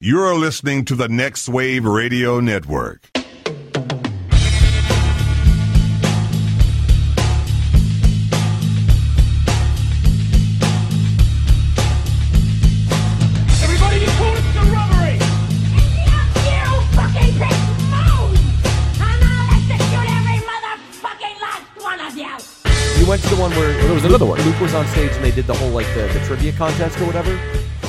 You're listening to the Next Wave Radio Network. Everybody, you call it the robbery! You went to the one where there was another one. Luke was on stage and they did the whole like the, the trivia contest or whatever.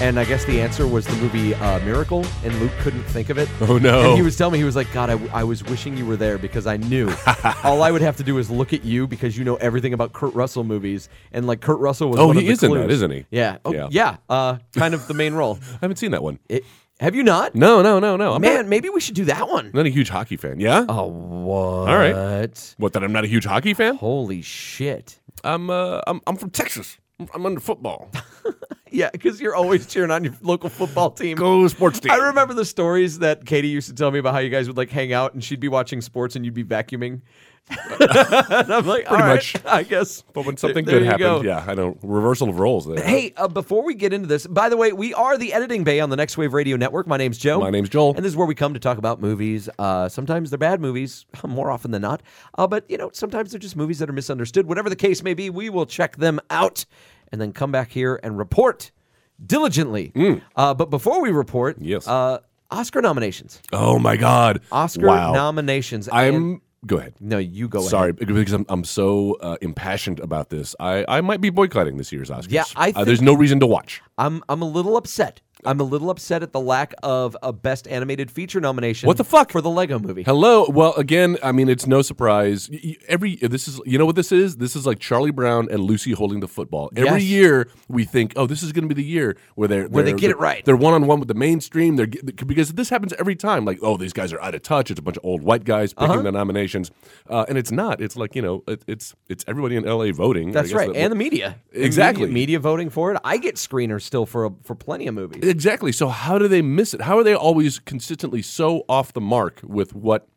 And I guess the answer was the movie uh, Miracle, and Luke couldn't think of it. Oh, no. And he was telling me he was like, "God, I, w- I was wishing you were there because I knew all I would have to do is look at you because you know everything about Kurt Russell movies, and like Kurt Russell was Oh, one he of the is in that, clues. isn't he? Yeah, oh, yeah, Yeah. uh, kind of the main role. I haven't seen that one. It, have you not? No, no, no, no. I'm Man, not, maybe we should do that one. not a huge hockey fan. Yeah. Oh, what? right. What? That I'm not a huge hockey fan. Holy shit. I'm uh, I'm, I'm from Texas. I'm- I'm under football. Yeah, because you're always cheering on your local football team. Go sports team. I remember the stories that Katie used to tell me about how you guys would like hang out and she'd be watching sports and you'd be vacuuming. and I'm like, all right, much. I guess. But when something There- good there you happened, go. yeah, I know reversal of roles. There. Hey, uh, before we get into this, by the way, we are the Editing Bay on the Next Wave Radio Network. My name's Joe. My name's Joel. And this is where we come to talk about movies. Uh, sometimes they're bad movies, more often than not. Uh, but, you know, sometimes they're just movies that are misunderstood. Whatever the case may be, we will check them out and then come back here and report diligently. Uh, but before we report, Mm. Yes. uh, Oscar nominations. Oh my God. Oscar Wow. nominations. I'm. And- go ahead. no, you go ahead. Sorry, because I'm, I'm so uh, impassioned about this. I, I might be boycotting this year's Oscars. Yeah, I Uh, think- there's no reason to watch. I'm I'm a little upset. I'm a little upset at the lack of a best animated feature nomination. What the fuck? for the Lego movie? Hello. Well, again, I mean, it's no surprise. Y- y- Every this is you know what this is. This is like Charlie Brown and Lucy holding the football. Every Yes. year we think, oh, this is going to be the year where they're Where they they're- get it right. They're one on one with the mainstream. They're get- because this happens every time. Like, oh, these guys are out of touch. It's a bunch of old white guys picking Uh-huh. the nominations, uh, and it's not. It's like you know, it, it's it's everybody in L.A. voting. I That's guess right, that- and the media. The Exactly. media, media voting for it. I get screeners still for a, for plenty of movies. Exactly. So how do they miss it? How are they always consistently so off the mark with what?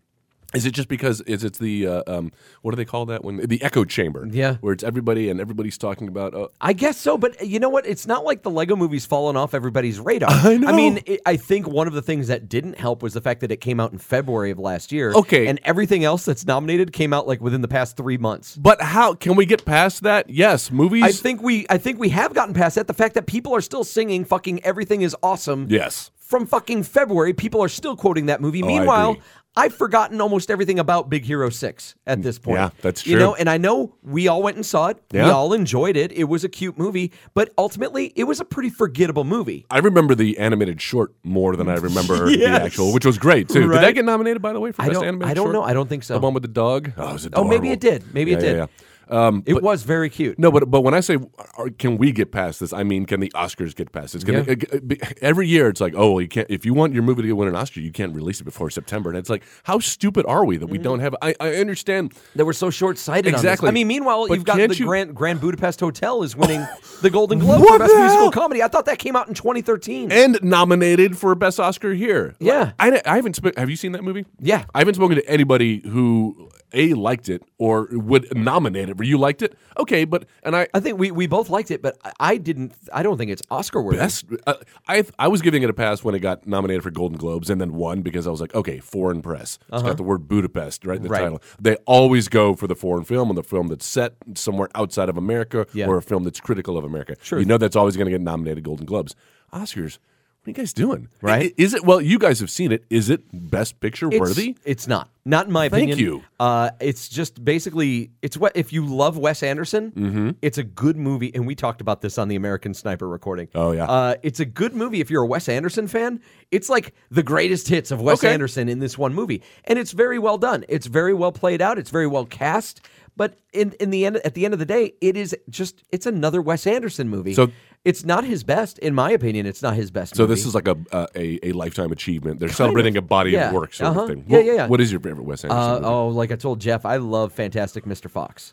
Is it just because is it's the uh, um, what do they call that when the echo chamber? Yeah. where it's everybody and everybody's talking about. Uh, I guess so, but you know what? It's not like the Lego movie's fallen off everybody's radar. I know. mean, it, I think one of the things that didn't help was the fact that it came out in February of last year. Okay. And everything else that's nominated came out like within the past three months. but how can we get past that? Yes, movies. I think we I think we have gotten past that. The fact that people are still singing fucking everything is awesome. yes. from fucking February, people are still quoting that movie. Oh, I Meanwhile, agree. I've forgotten almost everything about Big Hero 6 at this point. Yeah, that's You true. know, and I know we all went and saw it. We Yeah. all enjoyed it. It was a cute movie, but ultimately, it was a pretty forgettable movie. I remember the animated short more than I remember Yes. the actual, which was great too. Right. Did that get nominated by the way for I best don't- animated? I don't short? know. I don't think so. The one with the dog. Oh, it was Oh, maybe adorable. it did. Maybe it Yeah, yeah, did. yeah. it was very cute. No, but but when I say are, can we get past this, I mean can the Oscars get past this? Can Yeah. it- it- uh, be- every year it's like, oh, well, you can't. If you want your movie to win an Oscar, you can't release it before September. And it's like, how stupid are we that Mm-hmm. we don't have? I, I understand. They were so short sighted. Exactly. I mean, meanwhile, But you've got can't the you- Grand, Grand Budapest Hotel is winning the Golden Globe for What Best the Musical hell? Comedy. I thought that came out in 2013. And nominated for best Oscar here. Yeah. I, I haven't. Sp- have you seen that movie? Yeah. I haven't spoken to anybody who a liked it or would nominate it. Where you liked it, okay, but and I I think we, we both liked it, but I- I didn't. I don't think it's Oscar worthy. Best, uh, I I was giving it a pass when it got nominated for Golden Globes and then won because I was like, okay, foreign press. It's got the word Budapest right in the Uh-huh. Right. title. They always go for the foreign film and the film that's set somewhere outside of America Yeah. or a film that's critical of America. Sure. You know that's always going to get nominated Golden Globes. Oscars, what are you guys doing? Right. I- Is it well? You guys have seen it. Is it Best Picture It's- worthy? It's not. Not in my Thank opinion. you. Uh, it's just basically it's what if you love Wes Anderson, Mm-hmm. it's a good movie, and we talked about this on the American Sniper recording. Oh, yeah. Uh, it's a good movie if you're a Wes Anderson fan. It's like the greatest hits of Wes Okay. Anderson in this one movie, and it's very well done. It's very well played out. It's very well cast. But in in the end, at the end of the day, it is just it's another Wes Anderson movie. So- it's not his best, in my opinion. It's not his best. So movie. this is like a a, a, a lifetime achievement. They're celebrating a body Yeah. of work sort Uh-huh. of thing. Yeah, Uh, What- yeah, yeah. What is your favorite Wes Anderson? Uh, movie? oh, like I told Jeff, I love Fantastic Mr. Fox.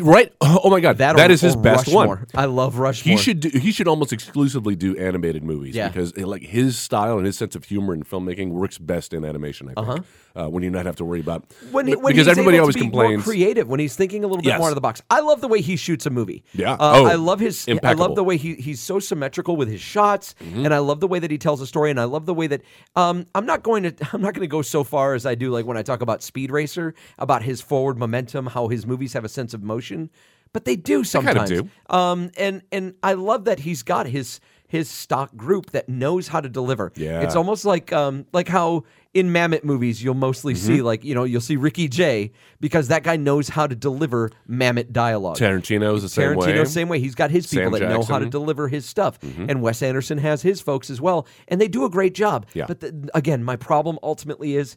right? Oh my god, That, that or- is his or best Rushmore. one. I love Rushmore. He should do, he should almost exclusively do animated movies Yeah. because eh, like his style and his sense of humor and filmmaking works best in animation. I think uh, when you not have to worry about Uh-huh. when, but- when because he's everybody able always to be complains. More creative when he's thinking a little bit Yes. more out of the box. I love the way he shoots a movie. Yeah. Uh, Oh, I love his. I love impeccable. Mm-hmm. the way he, he's so symmetrical with his shots, and I love the way that he tells a story, and I love the way that um, I'm not going to I'm not going to go so far as I do like when I talk about Speed Racer about his forward momentum, how his movies have a sense of motion, but they do kinda sometimes. do. Um, and and I love that he's got his his stock group that knows how to deliver. Yeah. It's almost like um like how in Mammoth movies you'll mostly Mm-hmm. see like you know you'll see Ricky Jay because that guy knows how to deliver Mammoth dialogue. Tarantino is the same Tarantino, way. same way. He's got his people Sam that know how to Jackson. Mm-hmm. deliver his stuff, and Wes Anderson has his folks as well, and they do a great job. Yeah. But the, again, my problem ultimately is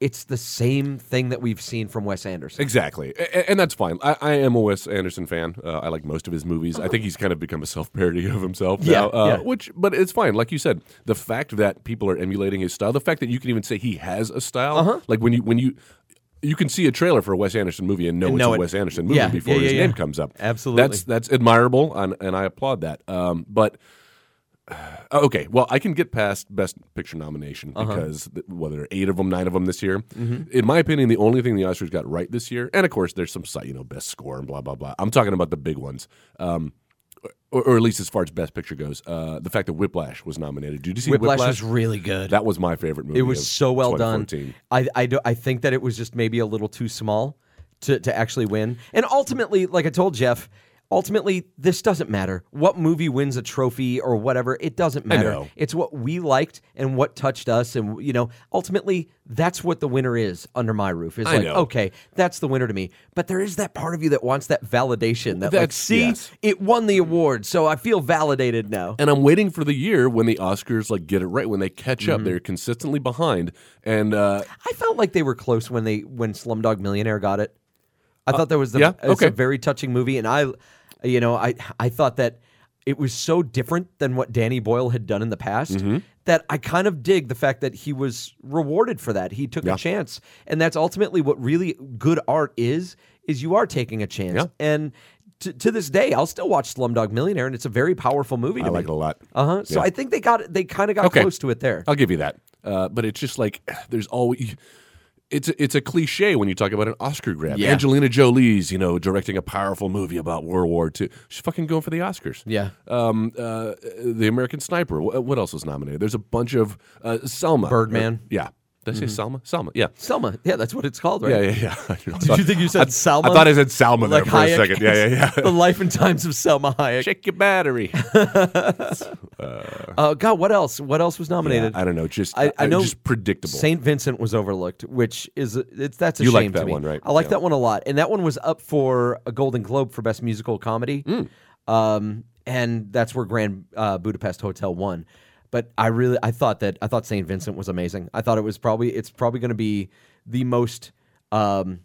it's the same thing that we've seen from Wes Anderson. Exactly, A- a- and that's fine. I, I am a Wes Anderson fan. Uh, I like most of his movies. I think he's kind of become a self parody of himself Yeah, now, uh, yeah. which, but it's fine. Like you said, the fact that people are emulating his style, the fact that you can even say he has a style, Uh-huh. like when you when you. You can see a trailer for a Wes Anderson movie and know it's know a it. Wes Anderson movie Yeah, before yeah, yeah, his yeah. name comes up. Absolutely. that's that's admirable, and, and I applaud that. Um, but uh, okay, well, I can get past Best Picture nomination Uh-huh. because th- well, there are eight of them, nine of them this year. Mm-hmm. In my opinion, the only thing the Oscars got right this year, and of course, there's some si- you know Best Score and blah blah blah. I'm talking about the big ones, um, or, or at least as far as Best Picture goes. Uh, the fact that Whiplash was nominated. Did you see Whiplash? Whiplash was really good. that was my favorite movie. It was of so well done. 2014. I I, do, I think that it was just maybe a little too small to, to actually win. And ultimately, like I told Jeff, ultimately this doesn't matter. What movie wins a trophy or whatever, it doesn't matter. know. It's what we liked and what touched us, and you know, ultimately that's what the winner is under my roof. Is I like know. okay, that's the winner to me. But there is that part of you that wants that validation. That like, That's- see, yes. it won the award, so I feel validated now. and I'm waiting for the year when the Oscars like get it right when they catch Mm-hmm. up. They're consistently behind, and uh, I felt like they were close when they when Slumdog Millionaire got it. I thought that was the Uh, yeah, it's a okay. very touching movie, and I, you know, I I thought that it was so different than what Danny Boyle had done in the past Mm-hmm. that I kind of dig the fact that he was rewarded for that. He took a chance, and that's ultimately what really good art is: is you are taking a chance. Yeah. And to, to this day, I'll still watch Slumdog Millionaire, and it's a very powerful movie. To I like it a lot. Uh huh. So Yeah. I think they got they kind of got Okay. close to it there. Uh-huh. I'll give you that. Uh, but it's just like there's always it's a, it's a cliche when you talk about an Oscar grab. Yeah. Angelina Jolie's, you know, directing a powerful movie about World War II. She's fucking going for the Oscars. Yeah. Um. Uh. The American Sniper. What, what else was nominated? There's a bunch of uh, Selma. Birdman. Uh, yeah. Did I say Selma? Selma. Yeah. Selma. Yeah, that's what it's called, right? Yeah. Yeah. Yeah. I know. Did you think you said Salma? I thought I said Salma like there for Hayek? a second. Yeah. Yeah. Yeah. the Life and Times of Selma Hayek. Check your battery. Uh, God, what else? What else was nominated? I don't know. Just I- I, I know Uh, Just predictable. Saint Vincent was overlooked, which is it's that's a You shame liked to that me. one, right? I like Yeah. that one a lot, and that one was up for a Golden Globe for Best Musical Comedy, Hmm. um, and that's where Grand uh, Budapest Hotel won. But I really, I thought that I thought Saint Vincent was amazing. I thought it was probably it's probably going to be the most um,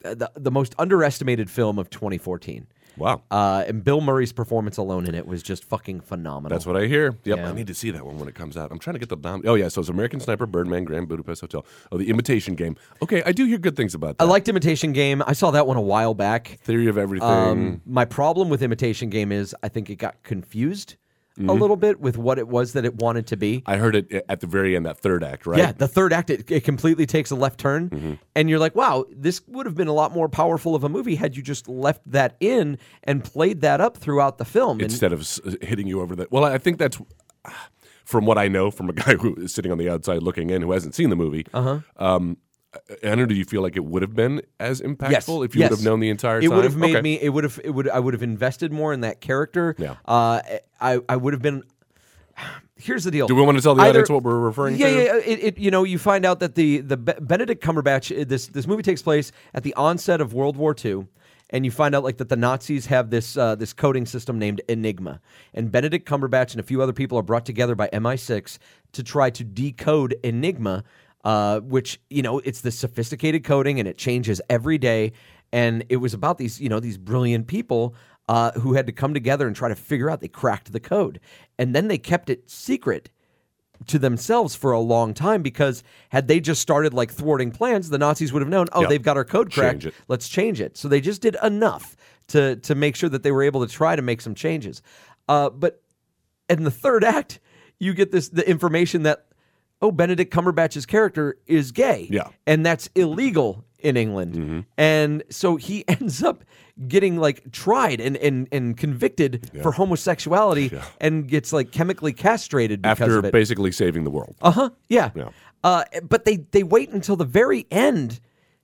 the, the most underestimated film of 2014. wow. Uh, and Bill Murray's performance alone in it was just fucking phenomenal. That's what I hear. Yep, Yeah. I need to see that one when it comes out. I'm trying to get the nom- oh yeah, so it's American Sniper, Birdman, Grand Budapest Hotel. Oh, the Imitation Game. Okay, I do hear good things about that. I liked Imitation Game. I saw that one a while back. Theory of Everything. Um, my problem with Imitation Game is I think it got confused a Mm-hmm. little bit with what it was that it wanted to be. I heard it at the very end, that third act, right? Mm-hmm. Yeah, the third act it, it completely takes a left turn, and you're like, "Wow, this would have been a lot more powerful of a movie had you just left that in and played that up throughout the film." And Instead of s- uh, hitting you over the well, I think that's from what I know from a guy who is sitting on the outside looking in who hasn't seen the movie. Uh-huh. Um, I don't know. Do you feel like it would have been as impactful if you would have known the entire It time? would have made Okay. me. It would have. It would. I would have invested more in that character. Yeah. Uh, I. I would have been. Here's the deal. Do we want to tell the Either- audience what we're referring yeah, to? Yeah, yeah. It, it, you know, you find out that the the Be- Benedict Cumberbatch. uh, This this movie takes place at the onset of World War II. And you find out like that the Nazis have this uh, this coding system named Enigma, and Benedict Cumberbatch and a few other people are brought together by MI6 to try to decode Enigma, uh, which you know it's this sophisticated coding and it changes every day. And it was about these you know these brilliant people uh, who had to come together and try to figure out. They cracked the code, and then they kept it secret to themselves for a long time because had they just started like thwarting plans, the Nazis would have known, oh, Yep. they've got our code cracked. Change it. Let's change it. So they just did enough to to make sure that they were able to try to make some changes. Uh, but in the third act, you get this the information that oh Benedict Cumberbatch's character is gay, Yeah. Mm-hmm. and that's illegal in England, and so he ends up getting like tried and and, and convicted for homosexuality and gets like chemically castrated because after of it. basically saving the world. Uh huh. Yeah. Yeah. Uh, but they they wait until the very end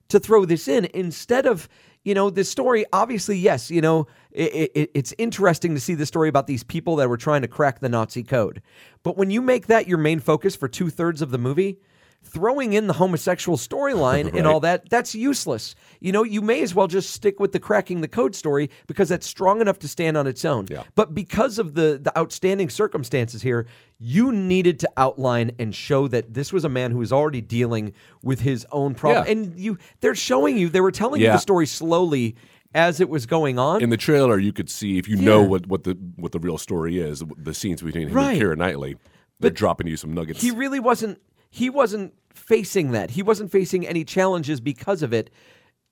to throw this in instead of you know this story. Obviously, yes, you know it, it, it's interesting to see the story about these people that were trying to crack the Nazi code. But when you make that your main focus for two thirds of the movie. Throwing in the homosexual storyline and all that, that's useless. You know, you may as well just stick with the cracking the code story because that's strong enough to stand on its own. Yeah. But because of the the outstanding circumstances here, you needed to outline and show that this was a man who was already dealing with his own problem. Yeah. And you they're showing you, they were telling you Yeah. the story slowly as it was going on. in the trailer, you could see if you know Yeah. what, what the what the real story is, the scenes between him Right. and Kira Knightley. They're dropping you some nuggets. he really wasn't he wasn't facing that. He wasn't facing any challenges because of it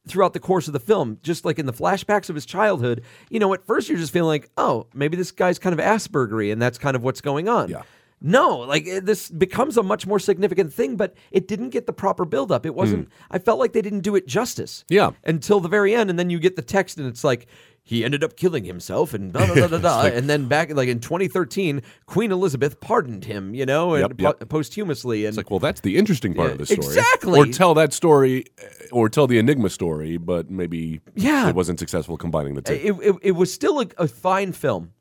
throughout the course of the film. Just like in the flashbacks of his childhood, you know, at first you're just feeling like, "Oh, maybe this guy's kind of Aspergery and that's kind of what's going on." Yeah. No, like eh, this becomes a much more significant thing, but it didn't get the proper buildup. It wasn't. I felt like they didn't do it justice. Hmm. Yeah. Until the very end, and then you get the text, and it's like he ended up killing himself, and da da da da. da. and then back like in 2013, Queen Elizabeth pardoned him, you know, and Yep, yep. po- posthumously, and It's like, well, that's the interesting part of the story. Exactly. Or tell that story, uh, or tell the Enigma story, but maybe Yeah. it wasn't successful combining the two. it, it, it was still a, a fine film,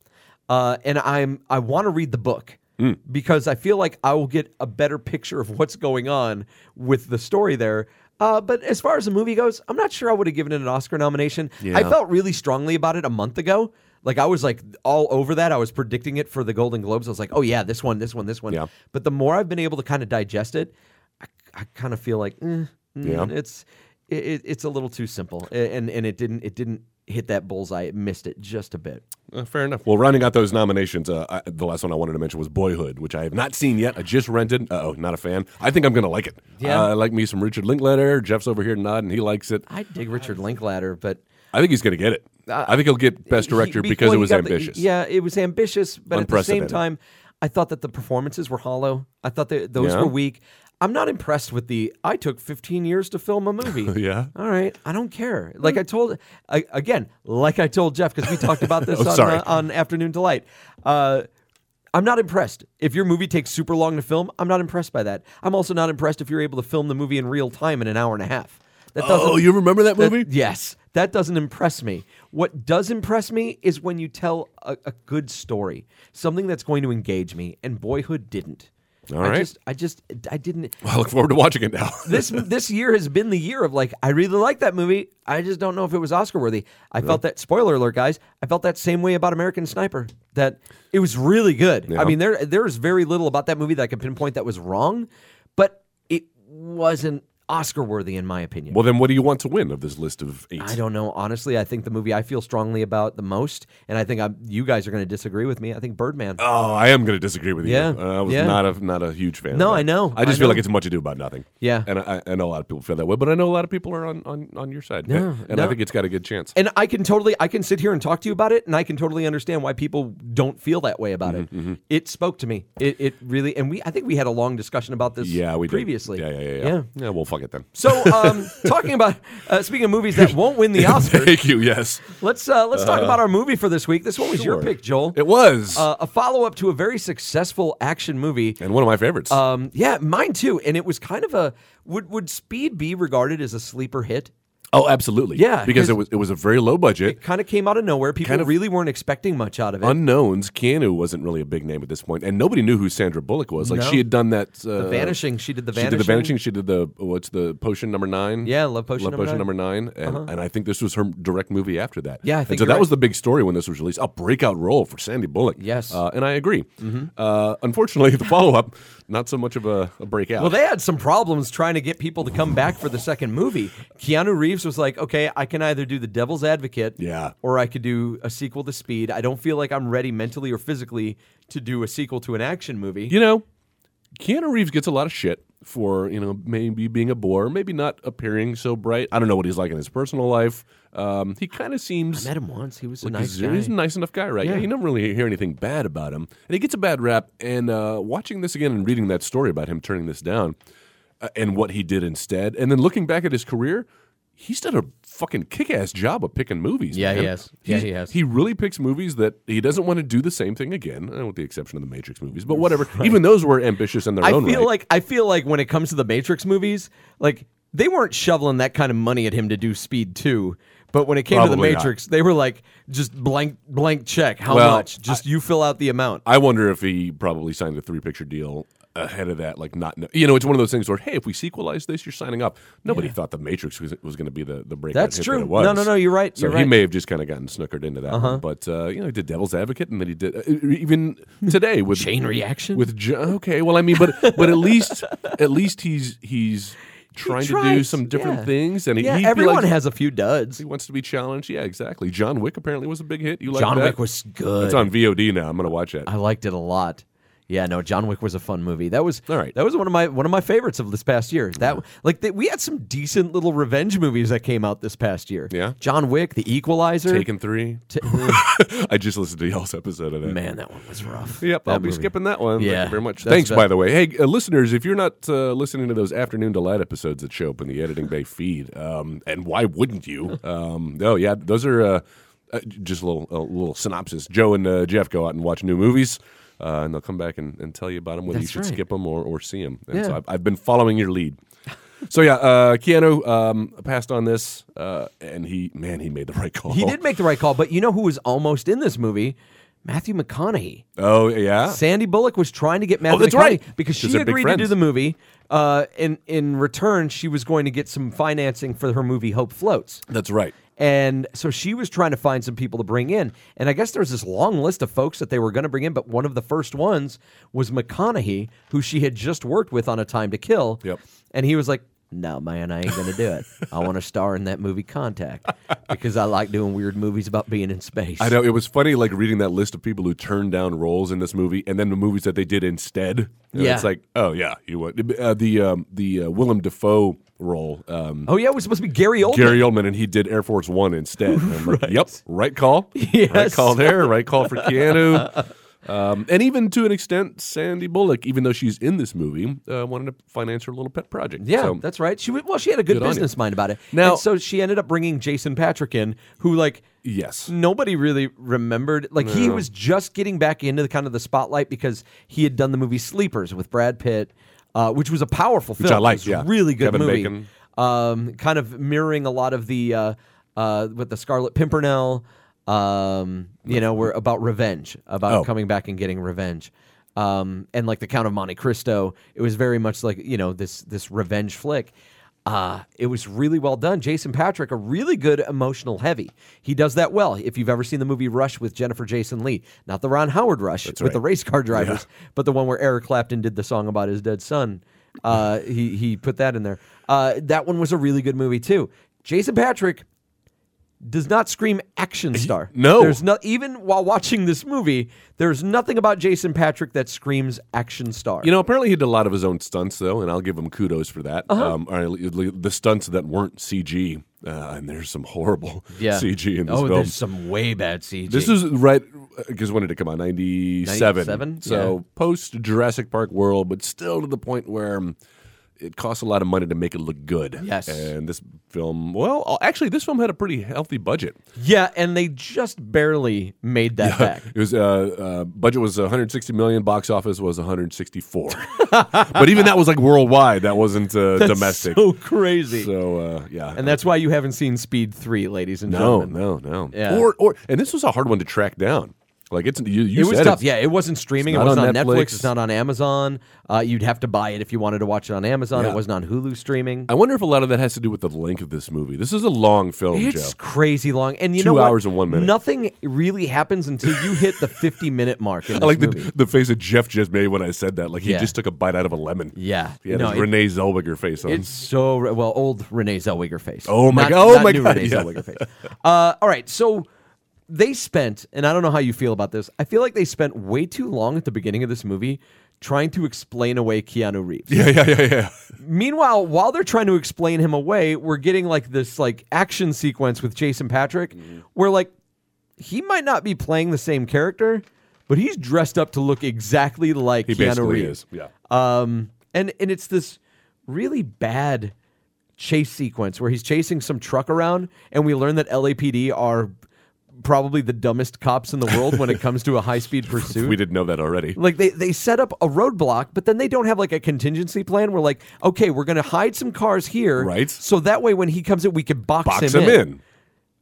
uh, and I'm I want to read the book Hmm. because I feel like I will get a better picture of what's going on with the story there. Uh, but as far as the movie goes, I'm not sure I would have given it an Oscar nomination. I felt really strongly about it a month ago. Like I was like all over that. I was predicting it for the Golden Globes. I was like, oh yeah, this one, this one, this one. Yeah. But the more I've been able to kind of digest it, I, I kind of feel like, eh, mm, Yeah. it's it, it- it's a little too simple, A- and and it didn't it didn't hit that bullseye. It missed it just a bit. Uh, fair enough. Well, rounding out those nominations, uh, I, the last one I wanted to mention was Boyhood, which I have not seen yet. I just rented. Uh oh, not a fan. I think I'm going to like it. Yeah. Uh, I like me some Richard Linklater. Jeff's over here nodding. He likes it. I dig Richard Linklater, but I think he's going to get it. I think he'll get Best he- Director be- because well, it he was got the- ambitious. yeah, it was ambitious, but at the same Unprecedented. time, I thought that the performances were hollow. I thought that those Yeah? were weak. I'm not impressed with the. I took 15 years to film a movie. Yeah. All right. I don't care. Like I told I, again, like I told Jeff because we talked about this Oh, on, sorry. uh, on Afternoon Delight. Uh, I'm not impressed. If your movie takes super long to film, I'm not impressed by that. I'm also not impressed if you're able to film the movie in real time in an hour and a half. That doesn't Oh, you remember that that- movie? yes. That doesn't impress me. What does impress me is when you tell a, a good story, something that's going to engage me, and Boyhood didn't. All I right. just, I just, I didn't. I look forward to watching it now. This this year has been the year of like, I really like that movie. I just don't know if it was Oscar worthy. I felt that. Spoiler alert, guys. I felt that same way about American Sniper. That it was really good. I mean, there there is very little about that movie that I can pinpoint that was wrong, but it wasn't Oscar worthy in my opinion. well, then what do you want to win of this list of eight? I don't know. Honestly, I think the movie I feel strongly about the most, and I think I'm, you guys are going to disagree with me. I think Birdman. Oh, I am going to disagree with you. Yeah, Uh, I was yeah. not a not a huge fan. of No, that. I know, I just I feel know. like it's much ado about nothing. Yeah. and I, I know a lot of people feel that way, but I know a lot of people are on on, on your side. No, and no. I think it's got a good chance. and I can totally, I can sit here and talk to you about it, and I can totally understand why people don't feel that way about Mm-hmm, it. It spoke to me. It, it really, and we, I think we had a long discussion about this. yeah, we did. previously. Yeah, yeah, yeah, yeah. yeah. Yeah, well, fuck it then. So, um, talking about uh, speaking of movies that won't win the Oscars, Thank you. Yes, let's uh, let's talk about our movie for this week. This one was your Uh-huh. Sure. pick, Joel. it was, uh, a follow up to a very successful action movie and one of my favorites. Um, yeah, mine too. And it was kind of a would would Speed be regarded as a sleeper hit? oh, absolutely. yeah, because 'cause- it was it was a very low budget. Kind of came out of nowhere. People Kind of- really weren't expecting much out of it. Unknowns. Keanu wasn't really a big name at this point, and nobody knew who Sandra Bullock was. Like No. she had done that. Uh, the Vanishing. She did the She Vanishing. did the vanishing. She did the what's the potion number nine? Yeah, Love Potion Number Nine. Uh-huh. number nine. And, and I think this was her direct movie after that. Yeah, I And think so you're that right. was the big story when this was released. A breakout role for Sandy Bullock. Yes. Mm-hmm. uh, and I agree. Uh, unfortunately, the follow up not so much of a, a breakout. Well, they had some problems trying to get people to come back for the second movie. Keanu Reeves was like, "Okay, I can either do the Devil's Advocate, Yeah. or I could do a sequel to Speed. I don't feel like I'm ready mentally or physically to do a sequel to an action movie." you know, Keanu Reeves gets a lot of shit for you know maybe being a bore, maybe not appearing so bright. I don't know what he's like in his personal life. Um, he kind of seems Met him once. He was a like nice he's, guy. he's a nice enough guy, right? Yeah. you never really hear anything bad about him, and he gets a bad rap. And uh, watching this again and reading that story about him turning this down, uh, and what he did instead, and then looking back at his career, he's done a fucking kick-ass job of picking movies. Yeah, he man. has. Yeah, He's- he has. He really picks movies that he doesn't want to do the same thing again, uh, with the exception of the Matrix movies, but whatever. Even those were ambitious in their I own feel right. like I feel like when it comes to the Matrix movies, like they weren't shoveling that kind of money at him to do Speed Two. But when it came to the Probably not. Matrix, they were like just blank blank check. How Well, much? Just you fill out the amount. I wonder if he probably signed a three picture deal ahead of that, like not, kn- you know, it's one of those things where, hey, if we sequelize this, you're signing up. Nobody thought the Matrix was, was going to be the the breakout. That's hit true. That it was. No, no, no, you're right, So you're he right. Uh-huh. may have just kind of gotten snookered into that, one. but uh, you know, he did Devil's Advocate, and then he did uh, even today with Chain Reaction? with Jo- okay. Well, I mean, but but at least at least he's he's trying to do tries, some different yeah. things, and he, yeah, he everyone likes- has a few duds. he wants to be challenged. Yeah, exactly. John Wick apparently was a big hit. You like John that? Wick was good. It's on VOD now. I'm going to watch it. I liked it a lot. Yeah, no, John Wick was a fun movie. That was All right. That was one of my one of my favorites of this past year. That like th- we had some decent little revenge movies that came out this past year. Yeah. John Wick, The Equalizer. Taken three. Ta- I just listened to y'all's episode of that. Man, that one was rough. Yep, I'll That be movie. skipping that one. Thank Yeah, you very much. that's Thanks, the- by the way. Hey, uh, listeners, if you're not uh, listening to those afternoon delight episodes that show up in the editing bay feed, um, and why wouldn't you? Um, oh yeah, those are uh, uh, j- just a little a little synopsis. Joe and uh, Jeff go out and watch new movies. Uh, and they'll come back and, and tell you about them whether you That's should right. skip them or, or see them. And so Yeah. I've, I've been following your lead. So yeah, uh, Keanu um, passed on this, uh, and he man he made the right call. He did make the right call, but you know who was almost in this movie? Matthew McConaughey. Oh yeah, Sandy Bullock was trying to get Matthew Oh, that's McConaughey right, because 'cause she they're big agreed to do friends. the movie. Uh, and in return, she was going to get some financing for her movie Hope Floats. that's right. And so she was trying to find some people to bring in. And I guess there was this long list of folks that they were going to bring in, but one of the first ones was McConaughey, who she had just worked with on A Time to Kill. Yep. And he was like, no, man, I ain't going to do it. I want to star in that movie Contact because I like doing weird movies about being in space. I know it was funny, like reading that list of people who turned down roles in this movie, and then the movies that they did instead. And Yeah. it's like, oh yeah, you would. Uh, the um, the uh, Willem Dafoe role, um, Oh, yeah, it was supposed to be Gary Oldman. Gary Oldman, and he did Air Force One instead. And I'm like, yep, right call, right Yes. call there, right call for Keanu. Um, and even to an extent, Sandy Bullock, even though she's in this movie, uh, wanted to finance her little pet project. Yeah, So- that's right. She wa- well, she had a good, Good on you. business mind about it. Now- and so she ended up bringing Jason Patrick in, who like yes, nobody really remembered. Like he was just getting back into the kind of the spotlight because he had done the movie Sleepers with Brad Pitt, uh, which was a powerful film. I It liked, was a yeah. really good Kevin movie. Bacon. Um, kind of mirroring a lot of the uh, uh, with the Scarlet Pimpernel. Um, you know, where about revenge, about Oh. coming back and getting revenge. Um, and like the Count of Monte Cristo, it was very much like you know this this revenge flick. Uh, it was really well done. Jason Patrick, a really good emotional heavy. He does that well. If you've ever seen the movie Rush with Jennifer Jason Lee, not the Ron Howard Rush with right. the race car drivers, but the one where Eric Clapton did the song about his dead son. Uh, he he put that in there. Uh, that one was a really good movie too. Jason Patrick does not scream action star. no. there's no even while watching this movie, there's nothing about Jason Patrick that screams action star. You know, apparently he did a lot of his own stunts though, and I'll give him kudos for that. Uh-huh. Um, or at le- the stunts that weren't CG, uh, and there's some horrible CG in this oh, film. there's some way bad CG. This is right because when did it come out? Ninety seven. 97? So post Jurassic Park world, but still to the point where. um, it costs a lot of money to make it look good. Yes. And this film, well, uh, actually, this film had a pretty healthy budget. yeah, and they just barely made that back. It was uh, uh, budget was 160 million, box office was 164. but even that was like worldwide. That wasn't uh, domestic. So crazy. So uh, yeah, and that's why you haven't seen Speed 3, ladies and no, gentlemen. no, no. Yeah. Or or and this was a hard one to track down. Like it's you. you It was said tough. it's- Yeah, it wasn't streaming. it's It not wasn't on on Netflix. Netflix. It's not on Amazon. Uh, you'd have to buy it if you wanted to watch it on Amazon. Yeah. It wasn't on Hulu streaming. I wonder if a lot of that has to do with the length of this movie. This is a long film, It's Joe. crazy long, and you Two know what? hours and one minute. Nothing really happens until you hit the fifty-minute mark. In this I like the, movie. the face that Jeff just made when I said that. Like he Yeah. just took a bite out of a lemon. Yeah. he had No, his it- Renee Zellweger face on. It's so re- well old Renee Zellweger face. Oh my Not- God. Oh not my new God. Renee Yeah. Zellweger face. Uh, all right, so they spent, and I don't know how you feel about this. I feel like they spent way too long at the beginning of this movie trying to explain away Keanu Reeves. Yeah, yeah, yeah, yeah. Meanwhile, while they're trying to explain him away, we're getting like this like action sequence with Jason Patrick Mm-hmm. where like he might not be playing the same character, but he's dressed up to look exactly like He Keanu basically Reeves. is. Yeah. Um, and and it's this really bad chase sequence where he's chasing some truck around, and we learn that LAPD are probably the dumbest cops in the world when it comes to a high speed pursuit. We didn't know that already. Like they, they set up a roadblock, but then they don't have like a contingency plan. We're like, okay, we're gonna hide some cars here, Right. So that way, when he comes in, we can box, Box him in.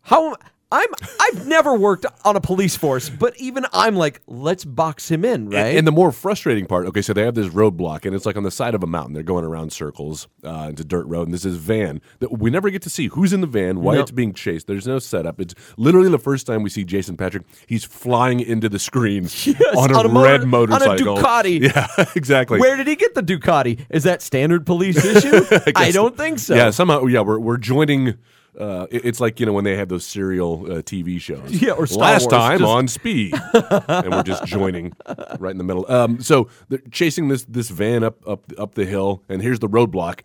How I'm I've never worked on a police force, but even I'm like, let's box him in, right? And, and the more frustrating part, okay, so they have this roadblock, and it's like on the side of a mountain. They're going around circles. Uh, it's a dirt road, and this is van that we never get to see who's in the van, why No. it's being chased. There's no setup. It's literally the first time we see Jason Patrick. He's flying into the screen on a, on a red motor- on a motorcycle, Ducati. Yeah, exactly. Where did he get the Ducati? Is that standard police issue? I, guess- don't think so. Yeah, somehow, yeah, we're we're joining. Uh, it- it's like you know when they have those serial uh, TV shows. Yeah, or Star last Wars, time just- on Speed, and we're just joining right in the middle. Um, so they're chasing this this van up up up the hill, and here's the roadblock.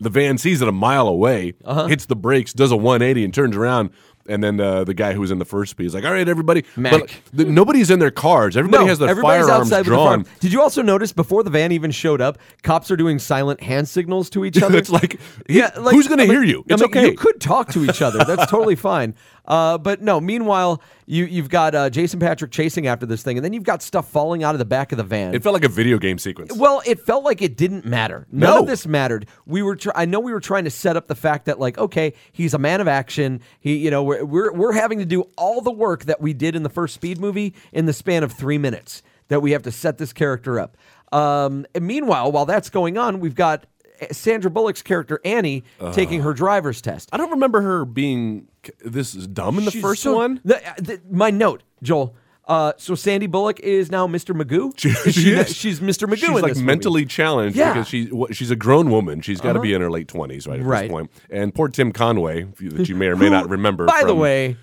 The van sees it a mile away, Uh-huh. hits the brakes, does a 180, and turns around. And then uh, the guy who was in the first speed is like, "All right, everybody, Mac. But uh, the, nobody's in their cars. Everybody No, has their everybody's firearms outside with their drawn. firearm. Did you also notice before the van even showed up, cops are doing silent hand signals to each other? it's like, who's going to I'm hear like- you? I'm It's like, okay. You could talk to each other. That's totally fine. Uh, but no. Meanwhile, you you've got uh, Jason Patrick chasing after this thing, and then you've got stuff falling out of the back of the van. It felt like a video game sequence. Well, it felt like it didn't matter. None No. of this mattered. We were, tr- I know, we were trying to set up the fact that, like, okay, he's a man of action. He, you know, we're, we're we're having to do all the work that we did in the first Speed movie in the span of three minutes. That we have to set this character up. Um, and meanwhile, while that's going on, we've got eh, Sandra Bullock's character Annie taking her driver's test. I don't remember her being c- this is dumb in the She's first so- one. The- uh, the- my note, Joel. Uh, so Sandy Bullock is now Mr. Magoo. Is She she- is. She's Mr. Magoo. She's in like this movie. mentally challenged Yeah. Uh-huh. because she wha- she's a grown woman. She's got to be in her late twenties, right? At Right. this point. And poor Tim Conway, if you- that you may or may who, not remember. By the from- way,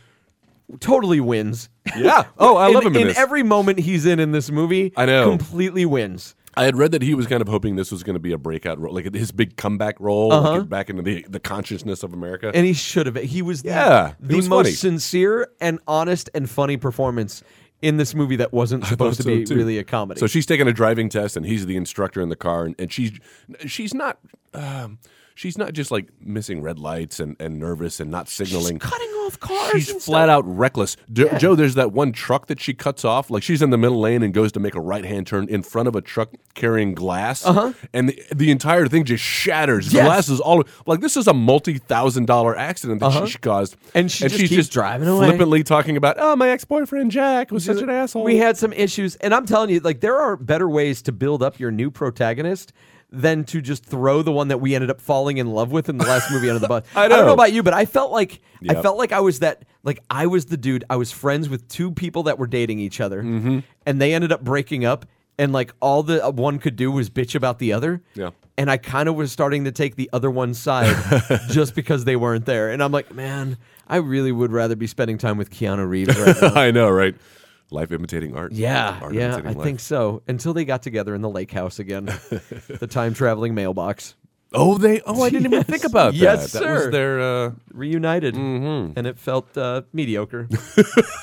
totally wins. yeah. Oh, I in, love him in, in this. every moment he's in in this movie. I know. completely wins. I had read that he was kind of hoping this was going to be a breakout role, like his big comeback role, like, Uh-huh. get back into the the consciousness of America. And he should have. He was the, Yeah, it the was most funny. sincere and honest and funny performance in this movie that wasn't supposed to thought so, be too. really a comedy. So she's taking a driving test, and he's the instructor in the car, and, and she's she's not um, she's not just like missing red lights and, and nervous and not signaling. cutting off cars She's and flat out reckless. Jo- Joe, there's that one truck that she cuts off. Like she's in the middle lane and goes to make a right hand turn in front of a truck carrying glass, uh-huh. and the, the entire thing just shatters. Yes. Glass is all like this is a multi thousand dollar accident that she caused, Uh-huh. And she just she's keeps just driving away. flippantly talking about oh my ex boyfriend Jack was such an asshole. We had some issues, and I'm telling you, like there are better ways to build up your new protagonist than to just throw the one that we ended up falling in love with in the last movie under the bus. I don't know know. about you, but I felt like I Yep. felt like I was that like I was the dude. I was friends with two people that were dating each other, Mm-hmm. and they ended up breaking up. And like all the uh, one could do was bitch about the other. Yeah. And I kind of was starting to take the other one's side just because they weren't there. And I'm like, man, I really would rather be spending time with Keanu Reeves right now. I know, right? Life imitating art. Yeah, art yeah, imitating I life. think so. Until they got together in the lake house again, the time traveling mailbox Oh, they. Oh, I didn't even Yes. think about that. Yes, That was sir. their. Uh, Mm-hmm. reunited, and it felt uh, mediocre.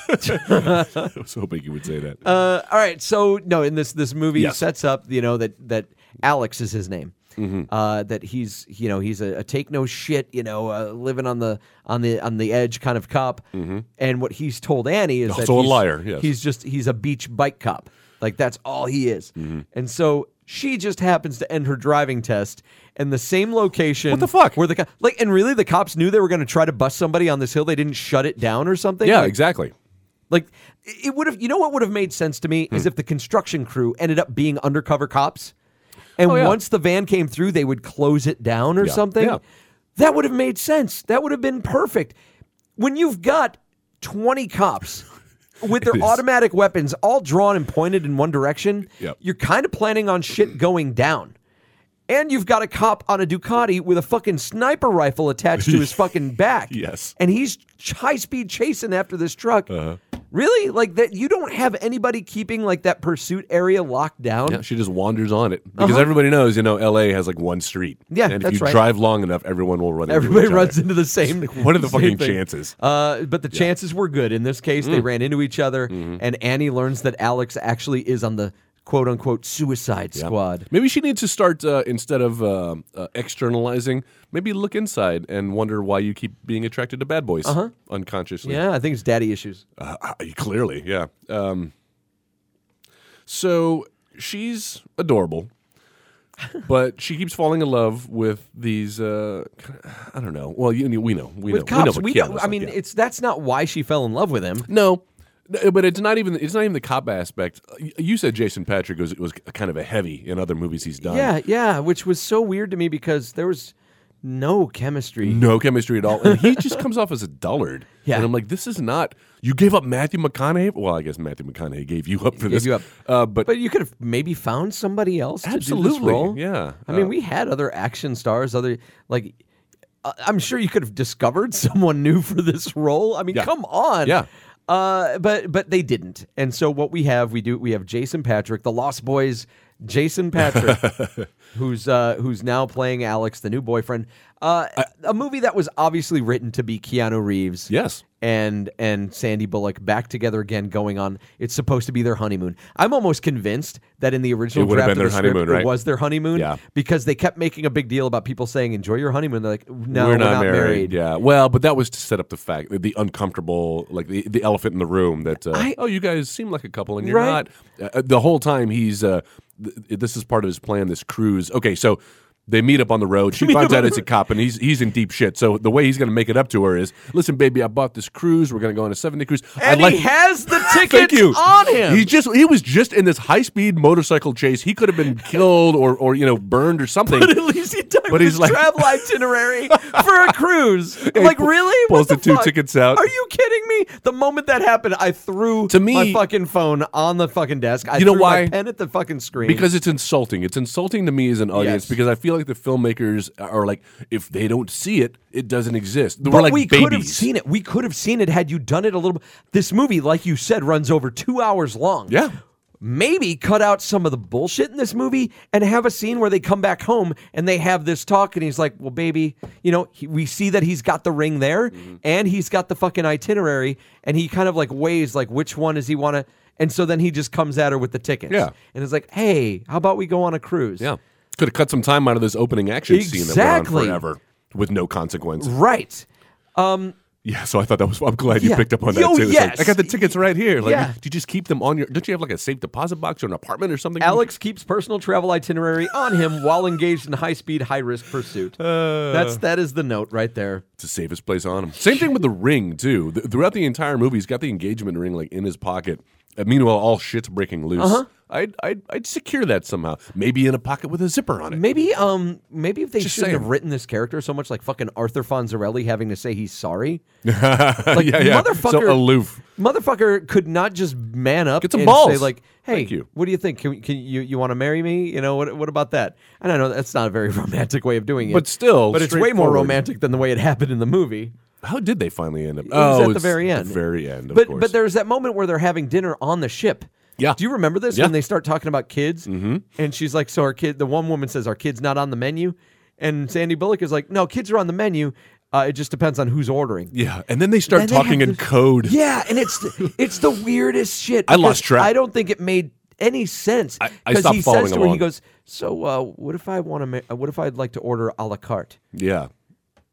I was hoping you would say that. uh, all right, so no, in this this movie Yes. sets up, you know that that Alex is his name. Mm-hmm. Uh, that he's you know he's a, a take no shit you know uh, living on the on the on the edge kind of cop, and what he's told Annie is that Mm-hmm. Also a he's- liar, yes. he's just he's a beach bike cop like that's all he is, Mm-hmm. and so she just happens to end her driving test in the same location. What the fuck? Where the co- like and really the cops knew they were going to try to bust somebody on this hill. They didn't shut it down or something. yeah, Like, exactly. like it would have, you know, what would have made sense to me is Hmm. if the construction crew ended up being undercover cops, and Oh, yeah. once the van came through, they would close it down or Yeah, something. yeah. That would have made sense. That would have been perfect. When you've got twenty cops with their is. automatic weapons all drawn and pointed in one direction, Yep. you're kind of planning on shit going down. And you've got a cop on a Ducati with a fucking sniper rifle attached to his fucking back. Yes. Uh-huh. And he's high speed chasing after this truck. Really? Like that you don't have anybody keeping like that pursuit area locked down? Yeah, she just wanders on it because everybody knows, you know, L.A. has like one street. Uh-huh. Yeah, and if that's you right. drive long enough, everyone will run. into Everybody each runs other. into the same. What are the same fucking thing. chances? Mm. Uh, but the chances were good. In this case, they ran into each other, Mm-hmm. and Annie learns that Alex actually is on the quote unquote suicide squad. Maybe she needs to start uh, instead of uh, uh, externalizing. Maybe look inside and wonder why you keep being attracted to bad boys unconsciously. Uh-huh. Yeah, I think it's daddy issues. Uh, uh, clearly, yeah. Um, so she's adorable, but she keeps falling in love with these. Uh, kinda- I don't know. Well, you, you- we know. We With cops, know. we know. what we Keanu's don't- I like, mean, yeah. it's that's not why she fell in love with him. No, N- but it's not even it's not even the cop aspect. Y- You said Jason Patrick was was kind of a heavy in other movies he's done. Yeah, yeah, which was so weird to me because there was no chemistry. No chemistry at all, and he just comes off as a dullard. Yeah. and I'm like, this is not. You gave up Matthew McConaughey. Well, I guess Matthew McConaughey gave you up for this. you up. Uh, but, But you could have maybe found somebody else to do this Absolutely, role. yeah. I mean, Uh, we had other action stars, other like. I- I'm sure you could have discovered someone new for this role. I mean, Yeah. come on. Yeah. Uh, but but they didn't, and so what we have, we do we have Jason Patrick, the Lost Boys, Jason Patrick, who's uh, who's now playing Alex, the new boyfriend. Uh, a movie that was obviously written to be Keanu Reeves yes, and and Sandy Bullock back together again, going on. It's supposed to be their honeymoon. I'm almost convinced that in the original It would've draft been of the their script, honeymoon, it right? was their honeymoon. Yeah. because they kept making a big deal about people saying, "Enjoy your honeymoon." They're like, "No, we're, not, married. married." Yeah. Well, but that was to set up the fact the uncomfortable, like the, the elephant in the room that uh, I- oh, you guys seem like a couple and you're Right. not. Uh, the whole time he's uh, th- this is part of his plan. This cruise. Okay, so. They meet up on the road. She finds out it's a cop, and he's he's in deep shit. So the way he's going to make it up to her is, listen, baby, I bought this cruise. We're going to go on a seven day cruise. And I like he has the ticket Thank you. on him. He just he was just in this high speed motorcycle chase. He could have been killed or or you know burned or something. but at least he took But his he's like- travel itinerary for a cruise. I'm like, really? What pulls the two fuck? tickets out. Are you kidding me? The moment that happened, I threw To me- my fucking phone on the fucking desk. I You know threw my why? pen at the fucking screen. Because it's insulting. It's insulting to me as an audience Yes. because I feel like the filmmakers are like, if they don't see it, it doesn't exist. We're But like we babies. could have seen it. We could have seen it had you done it a little. This movie, like you said, runs over two hours long. Yeah. Maybe cut out some of the bullshit in this movie and have a scene where they come back home and they have this talk, and he's like, "Well, baby, you know, he, we see that he's got the ring there, Mm-hmm. and he's got the fucking itinerary, and he kind of like weighs like which one does he want to." And so then he just comes at her with the tickets. Yeah. And it's like, hey, how about we go on a cruise? Yeah. Could have cut some time out of this opening action scene that went on Exactly. forever with no consequence. Right. Yeah, so I thought that was. I'm glad you Yeah. picked up on that Yo, too. It's like, yes. I got the tickets right here. Like, Yeah. do you just keep them on your? Don't you have like a safe deposit box or an apartment or something? Alex keeps personal travel itinerary on him while engaged in high speed, high risk pursuit. Uh. That's that is the note right there. It's the safest place on him. Same thing with the ring too. Th- throughout the entire movie, he's got the engagement ring like in his pocket. Uh, meanwhile, all shit's breaking loose. Uh-huh. I'd, I'd I'd secure that somehow. Maybe in a pocket with a zipper on it. Maybe um maybe if they Just shouldn't saying. have written this character so much like fucking Arthur Fonzarelli having to say he's sorry. like, yeah, yeah. So motherfucker- aloof. Motherfucker could not just man up Get some and say balls. like, "Hey, Thank you. what do you think? Can, we- can you you want to marry me? You know what? What about that?" And I know that's not a very romantic way of doing it, But still, but it's way more straightforward. romantic than the way it happened in the movie. How did they finally end up? It Oh, was at the it's very end. The very end. Of but course. but there's that moment where they're having dinner on the ship. Yeah. Do you remember this Yeah. when they start talking about kids? Mm-hmm. And she's like, "So our kid." The one woman says, "Our kid's not on the menu," and Sandy Bullock is like, "No, kids are on the menu. Uh, it just depends on who's ordering." yeah, and then they start Then they talking have in this- code. Yeah, and it's it's the weirdest shit. I because lost track. I don't think it made any sense I- I stopped he following says to her, he along. goes, "So uh, what if I want to? Ma- uh, what if I'd like to order a la carte?" yeah.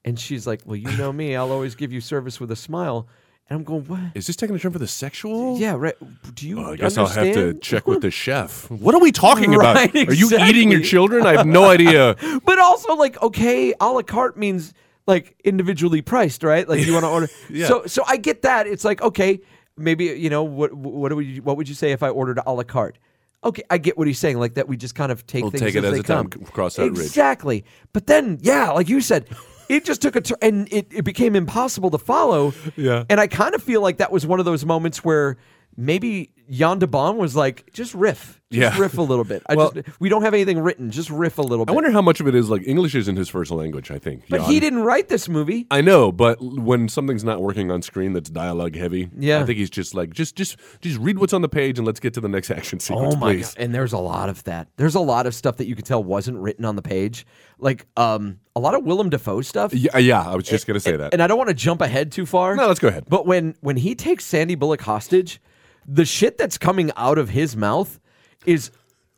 And she's like, "Well, you know me. I'll always give you service with a smile." And I'm going, "What?" Is this taking a turn for the sexual? Yeah, right. Do you? Well, I guess I'll have understand? to check with the chef. What are we talking Right, about? Are you eating exactly. your children? I have no idea. But also, like, okay, a la carte means like individually priced, right? Like, you want to order. Yeah. So, so I get that. It's like, okay, maybe you know what? What would you? What would you say if I ordered a la carte? Okay, I get what he's saying. Like that, we just kind of take We'll things take it as as they it come. come, c- cross that ridge. exactly. But then, yeah, like you said. It just took a turn, and it, it became impossible to follow. Yeah. and I kind of feel like that was one of those moments where maybe Jan de Bom was like, just riff, just Yeah. riff a little bit. I Well- just, we don't have anything written, just riff a little bit. I wonder how much of it is like English isn't his first language. I think, but Jan. he didn't write this movie. I know, but l- when something's not working on screen, that's dialogue heavy. Yeah. I think he's just like, just, just, just read what's on the page and let's get to the next action sequence, Oh my please. god! And there's a lot of that. There's a lot of stuff that you could tell wasn't written on the page, like um, a lot of Willem Dafoe stuff. Yeah, uh, yeah, I was just gonna say that. And I don't want to jump ahead too far. No, let's go ahead. But when when he takes Sandy Bullock hostage, the shit that's coming out of his mouth is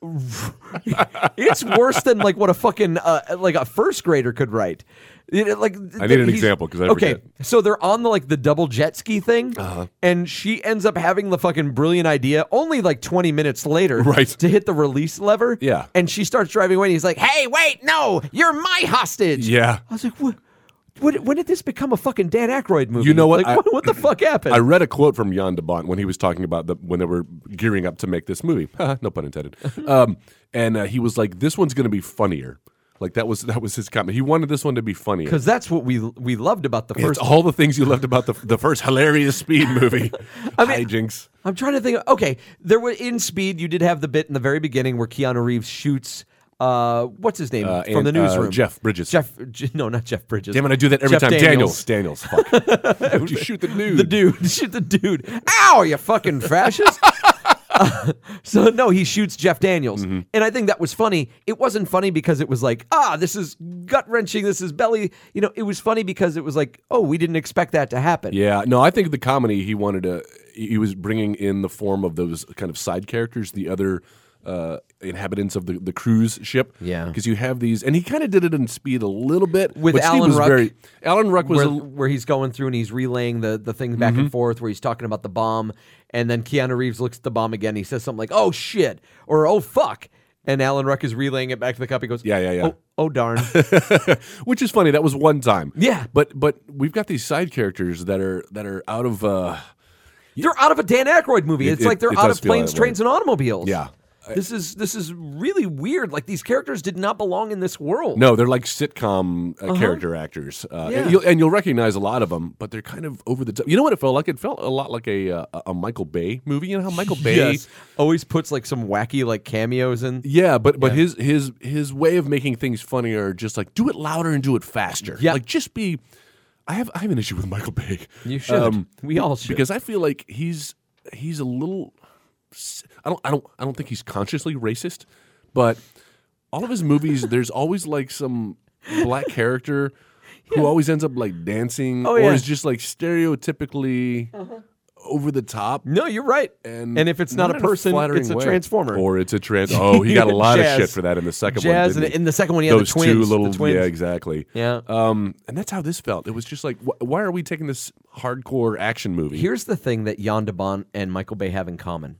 it's worse than like what a fucking uh, like a first grader could write. It- like I th- need an he's- example 'cause I okay. forget. Uh-huh. So they're on the like the double jet ski thing, and she ends up having the fucking brilliant idea only like twenty minutes later, Right. To hit the release lever, Yeah. And she starts driving away, and he's like, "Hey, wait, no, you're my hostage." yeah. I was like, what? what when did this become a fucking Dan Aykroyd movie? You know what? Like, I- what, what the fuck happened? I read a quote from Jan de Bont when he was talking about the when they were gearing up to make this movie. no pun intended. Um, and uh, he was like, "This one's going to be funnier." Like that was that was his comment. He wanted this one to be funnier. Because that's what we we loved about the It's first. all the things you loved about the the first hilarious Speed movie. Hijinks. I'm trying to think. Okay, there were in Speed. You did have the bit in the very beginning where Keanu Reeves shoots. Uh, what's his name Uh, from the and, uh, newsroom? Jeff Bridges. Jeff. J- No, not Jeff Bridges. Damn it! I do that every Jeff time. Daniels. Daniels. Daniels. Fuck. Would you shoot the dude? The dude. Shoot the dude. Ow! You fucking fascist. So no, he shoots Jeff Daniels, Mm-hmm. and I think that was funny. It wasn't funny because it was like, ah, this is gut wrenching. This is belly. You know, it was funny because it was like, oh, we didn't expect that to happen. Yeah, no, I think the comedy he wanted to he was bringing in the form of those kind of side characters, the other uh, inhabitants of the, the cruise ship. Yeah. because you have these, and he kind of did it in speed a little bit With but Steve Alan was Ruck, Very, Alan Ruck was Where, a, Mm-hmm. where he's going through and he's relaying the, the thing back and forth, where he's talking about the bomb, and then Keanu Reeves looks at the bomb again. he says something like, "Oh shit," or "Oh fuck," and Alan Ruck is relaying it back to the cup. He goes, Yeah, yeah, yeah. Oh, oh darn. which is funny. That was one time. Yeah. but but we've got these side characters that are that are out of. Uh, They're out of a Dan Aykroyd movie. It- it's it- like they're it out does of feel planes, that way. trains, and automobiles. Yeah. This is this is really weird. Like these characters did not belong in this world. no, they're like sitcom uh, character actors, uh, Uh-huh. Yeah. and, you'll, and you'll recognize a lot of them, but they're kind of over the top. You know what it felt like? It felt a lot like a uh, a Michael Bay movie. You know how Michael Bay Yes. Always puts like some wacky like cameos in. Yeah, but but his his his way of making things funnier, just like do it louder and do it faster. Yeah. like just be. I have I have an issue with Michael Bay. Um, You should. we all should. because I feel like he's he's a little. s- I don't I don't I don't think he's consciously racist, but all of his movies, there's always like some black character who always ends up like dancing Oh, or yeah. Uh-huh. is just like stereotypically. Over the top, no, you're right. and, if it's not, a in person, flattering it's a way. transformer. or it's a trans. Oh, he got a lot Jazz. of shit for that in the second Jazz, one. didn't and he? in the second one, he had the those two twins, the little twins. yeah, exactly. Yeah. um, and that's how this felt. It was just like, wh- why are we taking this hardcore action movie? Here's the thing that Jan de Bont and Michael Bay have in common,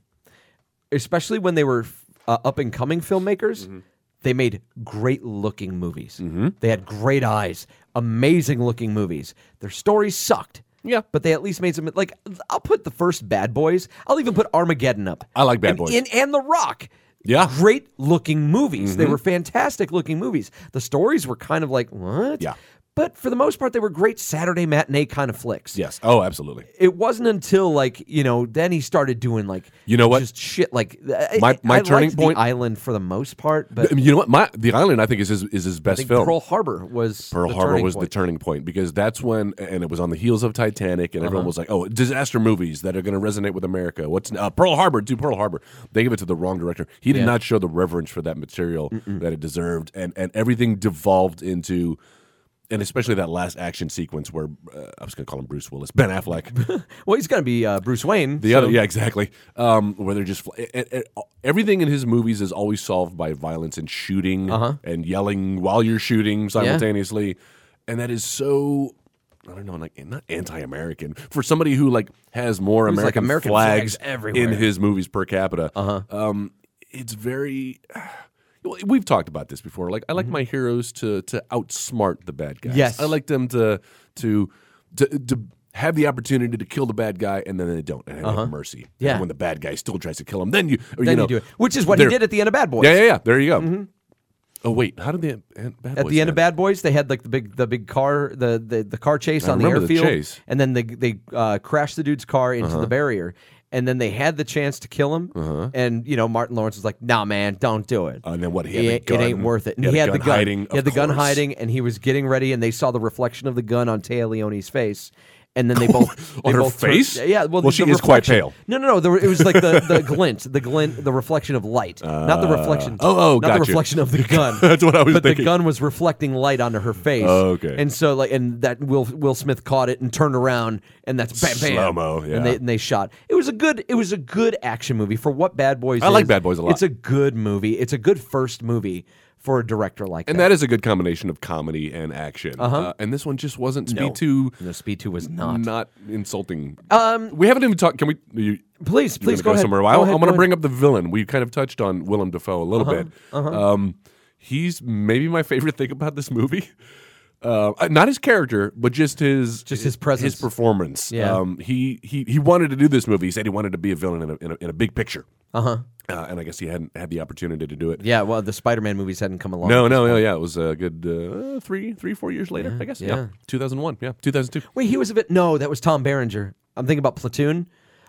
especially when they were uh, up and coming filmmakers. Mm-hmm. They made great looking movies. They had great eyes, amazing looking movies. Their stories sucked. Yeah. but they at least made some. Like, I'll put the first Bad Boys. I'll even put Armageddon up. I like Bad And- Boys. and, and The Rock. Yeah. Mm-hmm. great looking movies. They were fantastic looking movies. The stories were kind of like what? Yeah. but for the most part, they were great Saturday matinee kind of flicks yes, oh, absolutely. it wasn't until like you know then he started doing like You know what? just shit like I- My- my I liked turning The point- island for the most part but I You know what? My The Island, I think, is his is his best think film. Pearl Harbor was Pearl the Harbor turning was point. the turning point because that's when, and it was on the heels of Titanic, and Uh-huh. everyone was like, "Oh, disaster movies that are going to resonate with America." What's uh, Pearl Harbor? Do Pearl Harbor? They gave it to the wrong director. He did Yeah. not show the reverence for that material that it deserved, and and everything devolved into. And especially that last action sequence where uh, I was going to call him Bruce Willis, Ben Affleck, well he's gonna be uh, Bruce Wayne the so- other, yeah, exactly. Um, where they're just fl- it, it- it- everything in his movies is always solved by violence and shooting Uh-huh. and yelling while you're shooting simultaneously, and that is so. I don't know, like not anti-American for somebody who like has more Who's, like, American, American flags flags, everywhere. in his movies per capita. Uh-huh. Um, it's very. well, We've talked about this before. Like I like my heroes to to outsmart the bad guys. Mm-hmm. Yes. I like them to to to, to have the opportunity to kill the bad guy and then they don't and have no mercy. And Uh-huh. Yeah. when the bad guy still tries to kill him, then you or, then you, know, you do it which is what he they're- did at the end of Bad Boys Yeah, yeah, yeah. There you go. Oh wait, how did the and bad at Boys the end of end? Bad Boys they had like the big the big car the the, the car chase on the remember the airfield chase. Uh-huh. and then they they uh, crashed the dude's car into the barrier And then they had the chance to kill him, and you know Martin Lawrence was like, "Nah, man, don't do it." Uh, And then what, it, he had the it ain't gun. worth it. And He he, had had the the gun gun. hiding, he had of the gun course. hiding, and he was getting ready, and they saw the reflection of the gun on Taya Leone's face, and then they both they On her both turned- face? yeah, well, Well, the she is quite reflection- pale. No, no, no. there were- it was like the, the glint, the glint, the reflection of light, not the reflection. oh, oh, not got the you. reflection of the gun. That's what I was But the thinking. gun was reflecting light onto her face. Oh, okay. And so, like, and that Will Will Smith caught it and turned around, and that's bam, bam, Slow-mo, yeah. And they, and they shot. It was a good. It was a good action movie for what Bad Boys. I like is. Bad Boys a lot. It's a good movie. It's a good first movie for a director like And that. that is a good combination of comedy and action. Uh, and this one just wasn't. Speed Uh-huh. No. two, no, Speed Two was not. not. insulting. Um, we haven't even talked. Can we? You, Please, you're please gonna go, ahead. somewhere. Go I, ahead, go am going to ahead. Uh-huh, bring up the villain. We kind of touched on Willem Dafoe a little bit. Um, he's maybe my favorite thing about this movie. Uh, not his character, but just his Just his presence. his performance. Yeah. Um, he he he wanted to do this movie. He said he wanted to be a villain in a in a, in a big picture. Uh-huh. And I guess he hadn't had the opportunity to do it. Yeah, well, the Spider-Man movies hadn't come along. No, no, no, yeah, it was a good uh, three, three, four years later, I guess. Yeah. yeah. Um, 2001, yeah, 2002. Wait, he was a bit. No, that was Tom Berenger. I'm thinking about Platoon.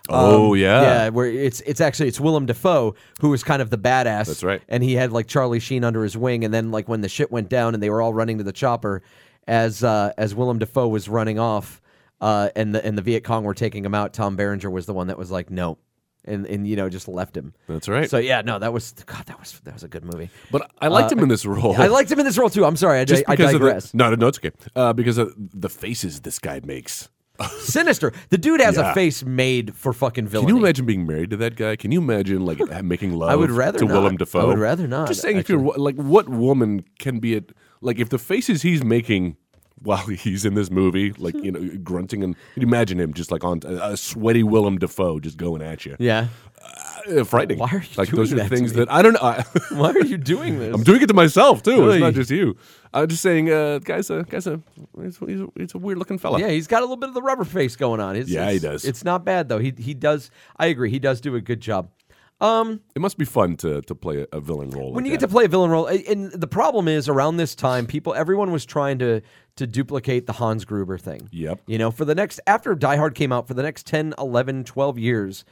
Oh, yeah. yeah. Where it's it's actually it's Willem Dafoe who was kind of the badass. That's right. And he had like Charlie Sheen under his wing, and then like when the shit went down and they were all running to the chopper, as uh, as Willem Dafoe was running off, uh, and the and the Viet Cong were taking him out. Tom Berenger was the one that was like no. And, and you know just left him. That's right. So yeah, no, that was God. That was that was a good movie. But I liked him in this role. Uh, I liked him in this role too. I'm sorry, I, di- I of digress. the, no, no, no, it's okay. Uh, because of the faces this guy makes. Sinister. The dude has Yeah. a face made for fucking villainy. Can you imagine being married to that guy? Can you imagine like making love? I would rather to not. Willem Dafoe. I would rather not, Just saying, if you're like, what woman can be at like if the faces he's making while he's in this movie, like you know, grunting and can you imagine him just like on a sweaty Willem Dafoe just going at you. Yeah. Uh, frightening. Why are you like doing those are that to things me? that I don't know. I, Why are you doing this? I'm doing it to myself too. It's Oy. not just you. I'm just saying, uh, guys, uh, guys, uh, he's, he's, he's a weird looking fella. yeah, he's got a little bit of the rubber face going on. It's, Yeah, it's- he does. It's not bad though. He he does. I agree. He does do a good job. It must be fun to to play a, a villain role. When like you get that. to play a villain role, a- and the problem is around this time, people, everyone was trying to to duplicate the Hans Gruber thing. Yep. You know, for the next after Die Hard came out, for the next 10, 11, 12 years,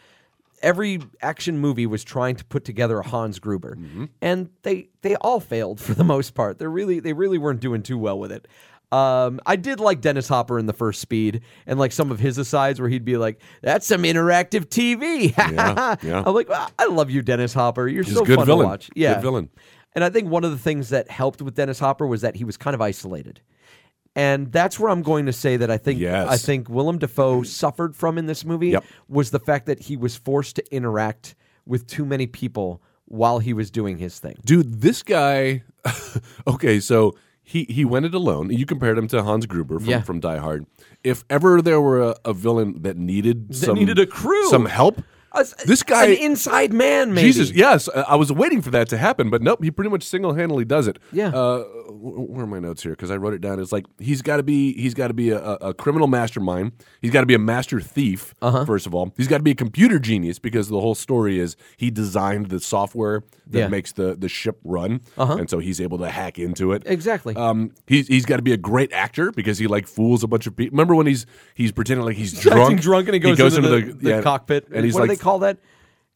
every action movie was trying to put together a Hans Gruber, Mm-hmm. and they they all failed for the most part. They really they really weren't doing too well with it. Um, I did like Dennis Hopper in the first Speed, and like some of his asides where he'd be like, "That's some interactive TV." yeah. I'm like, "Ah, "I love you, Dennis Hopper. You're He's so a good fun villain. to watch." Yeah, Good villain. and I think one of the things that helped with Dennis Hopper was that he was kind of isolated. And that's where I'm going to say that I think Yes. I think Willem Dafoe suffered from in this movie Yep. was the fact that he was forced to interact with too many people while he was doing his thing. dude this guy okay so he he went it alone you compared him to hans gruber from, Yeah. from die hard if ever there were a, a villain that needed That some needed a crew. some help As- this guy an inside man, maybe. jesus yes i I was waiting for that to happen but nope he pretty much single-handedly does it Yeah. uh, wh- where are my notes here because i wrote it down it's like he's got to be he's got to be a, a a criminal mastermind he's got to be a master thief Uh-huh. first of all he's got to be a computer genius because the whole story is he designed the software that Yeah. Uh-huh. makes the the ship run and so he's able to hack into it Exactly. um, he's he's got to be a great actor because he like fools a bunch of people. Remember when he's he's pretending like he's He's drunk, acting drunk and he goes, into, the, the yeah, cockpit. and he's what like do they call that?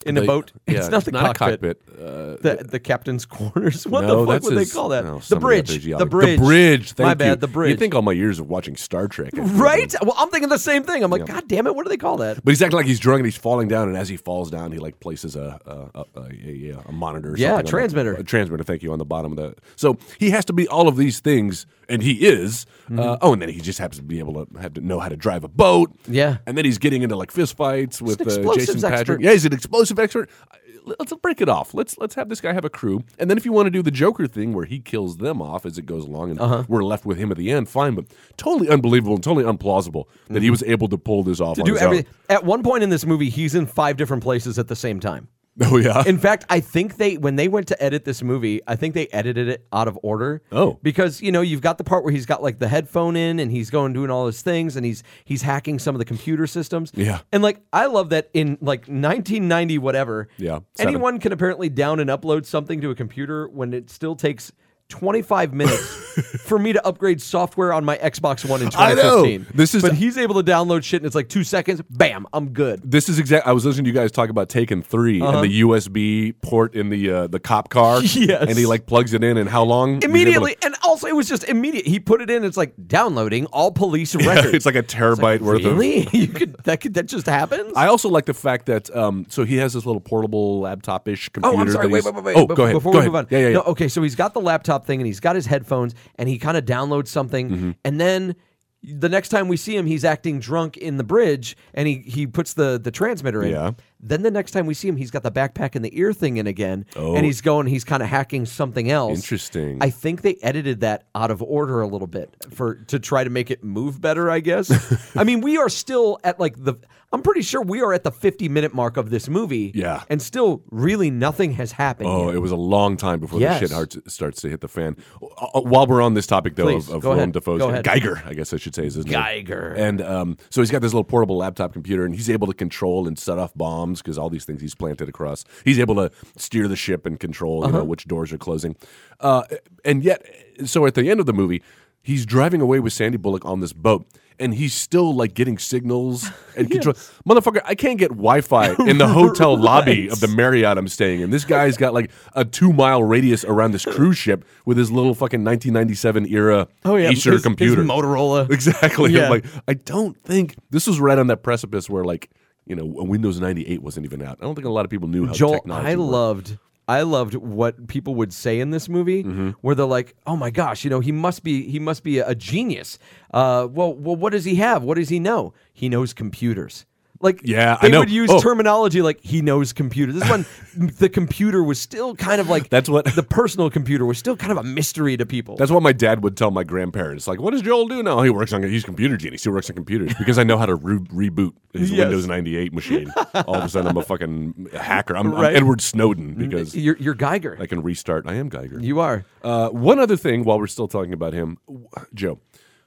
In a the- boat? yeah, it's not the not a cockpit. cockpit, uh, the, the captain's corners. What no, the fuck that's would his- they call that? no, the somebody up bridge. there's The yelling. bridge. The bridge. My thank you. bad. The bridge. You think all my years of watching Star Trek, I- Right? Well, I'm thinking the same thing. I'm like, God damn it, what do they call that? But he's acting like he's drunk and he's falling down, and as he falls down, he like places a a, a, a, a, a monitor, or Yeah, something on the- transmitter. a transmitter. Thank you on the bottom of the. So he has to be all of these things, and he is. Mm-hmm. Uh, oh, and then he just happens to be able to have to know how to drive a boat. Yeah. and then he's getting into like fist fights with an uh, explosives Jason Patrick. expert. Yeah, he's an explosive expert. I- Let's break it off. Let's let's have this guy have a crew, and then if you want to do the Joker thing where he kills them off as it goes along, and Uh-huh. we're left with him at the end, fine. But totally unbelievable and totally unplausible that he was able to pull this off. Mm-hmm. To on do his own. everything. At one point in this movie, he's in five different places at the same time. Oh yeah. In fact, I think they when they went to edit this movie, I think they edited it out of order. Oh. because you know you've got the part where he's got like the headphone in and he's going doing all his things and he's he's hacking some of the computer systems. Yeah. and like I love that in like 1990 whatever. Yeah, seven. anyone can apparently down and upload something to a computer when it still takes 25 minutes for me to upgrade software on my Xbox One in I know. 2015. This is- but he's able to download shit and it's like two seconds. Bam, I'm good. This is exact. I was listening to you guys talk about Taken 3 Uh-huh. and the USB port in the uh, the cop car. Yes. and he like plugs it in, and how long he's able to- Immediately, and also it was just immediate. He put it in. It's like downloading all police records. it's like a terabyte worth of really? you could that could that just happens? I also like the fact that um, so he has this little portable laptop-ish computer. Oh, I'm sorry. that Wait, he's- wait, wait, wait. Oh, Be- go ahead. Before go we ahead. move on. Yeah, yeah, yeah. No, oh. okay, so he's got the laptop thing and he's got his headphones and he kind of downloads something. Mm-hmm. And then the next time we see him, he's acting drunk in the bridge and he, he puts the, the transmitter in. Yeah. Then the next time we see him, he's got the backpack and the ear thing in again. And he's going, he's kind of hacking something else. Oh. Interesting. I think they edited that out of order a little bit for to try to make it move better, I guess. I mean, we are still at like the I'm pretty sure we are at the 50 minute mark of this movie. Yeah. And still, really, nothing has happened. Oh, yet. it was a long time before Yes. the shit hard starts to hit the fan. Uh, uh, While we're on this topic, though, Please, of, of go Willem ahead. Dafoe's Go ahead. Geiger, I guess I should say is his name. Geiger. And um, so he's got this little portable laptop computer, and he's able to control and set off bombs because all these things he's planted across. He's able to steer the ship and control, Uh-huh. you know, which doors are closing. Uh, and yet, so at the end of the movie, he's driving away with Sandy Bullock on this boat. And he's still like getting signals and control. Motherfucker, I can't get Wi Fi in the hotel lobby of the Marriott I'm staying in. This guy's got like a two mile radius around this cruise ship with his little fucking 1997 era Acer Oh, His- his computer. Motorola. Exactly. Yeah. I'm like, I don't think this was right on that precipice where like, you know, Windows 98 wasn't even out. I don't think a lot of people knew how Joel, technology I worked. loved. I loved what people would say in this movie, Mm-hmm. where they're like, "Oh my gosh, you know, he must be he must be a, a genius." Uh, well, well, what does he have? What does he know? He knows computers. Like, Yeah, I they know. would use Oh. terminology like "he knows computers." This one, the computer was still kind of like That's what- the personal computer was still kind of a mystery to people. That's what my dad would tell my grandparents. Like, what does Joel do now? He works on he's a computer genius. He works on computers because I know how to re- reboot his Yes. Windows 98 machine. All of a sudden, I'm a fucking hacker. I'm, I'm Right. Edward Snowden because you're, you're Geiger. I can restart. I am Geiger. you are. Uh, one other thing while we're still talking about him, w- Joe,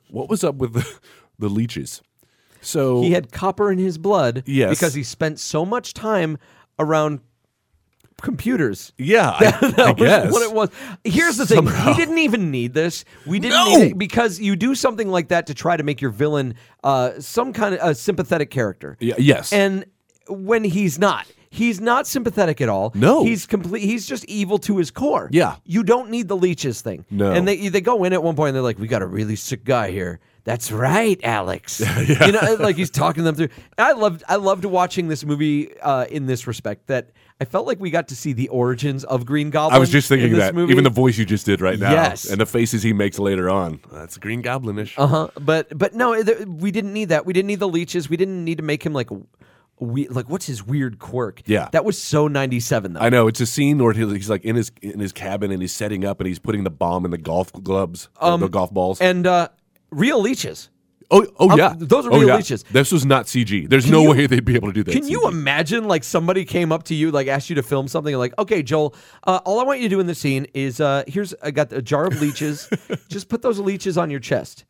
what was up with the, the leeches? So he had copper in his blood Yes. because he spent so much time around computers. yeah, I, I That was guess what it was. Here's the thing: he didn't even need this. We didn't No! need it because you do something like that to try to make your villain uh, some kind of a sympathetic character. Y- yes. And when he's not, he's not sympathetic at all. No. he's complete. He's just evil to his core. Yeah. you don't need the leeches thing. No. and they they go in at one point and they're like, "We got a really sick guy here." That's right, Alex. You know, like he's talking them through. And I loved, I loved watching this movie uh, in this respect. That I felt like we got to see the origins of Green Goblin. I was just in thinking this that movie. even the voice you just did right now, Yes. and the faces he makes later on. That's Green Goblinish. Uh huh. But but no, th- we didn't need that. We didn't need the leeches. We didn't need to make him like. w- We, like what's his weird quirk? Yeah. that was so ninety seven though. I know it's a scene where he's he's like in his in his cabin and he's setting up and he's putting the bomb in the golf gloves, or the golf balls. Um, and uh, real leeches. oh, oh um, yeah, those are oh, real yeah. leeches. This was not CG. There's no you- way they'd be able to do that. Can you CG. imagine like somebody came up to you like asked you to film something and like okay Joel, uh, all I want you to do in this scene is uh, here's I got a jar of leeches, just put those leeches on your chest.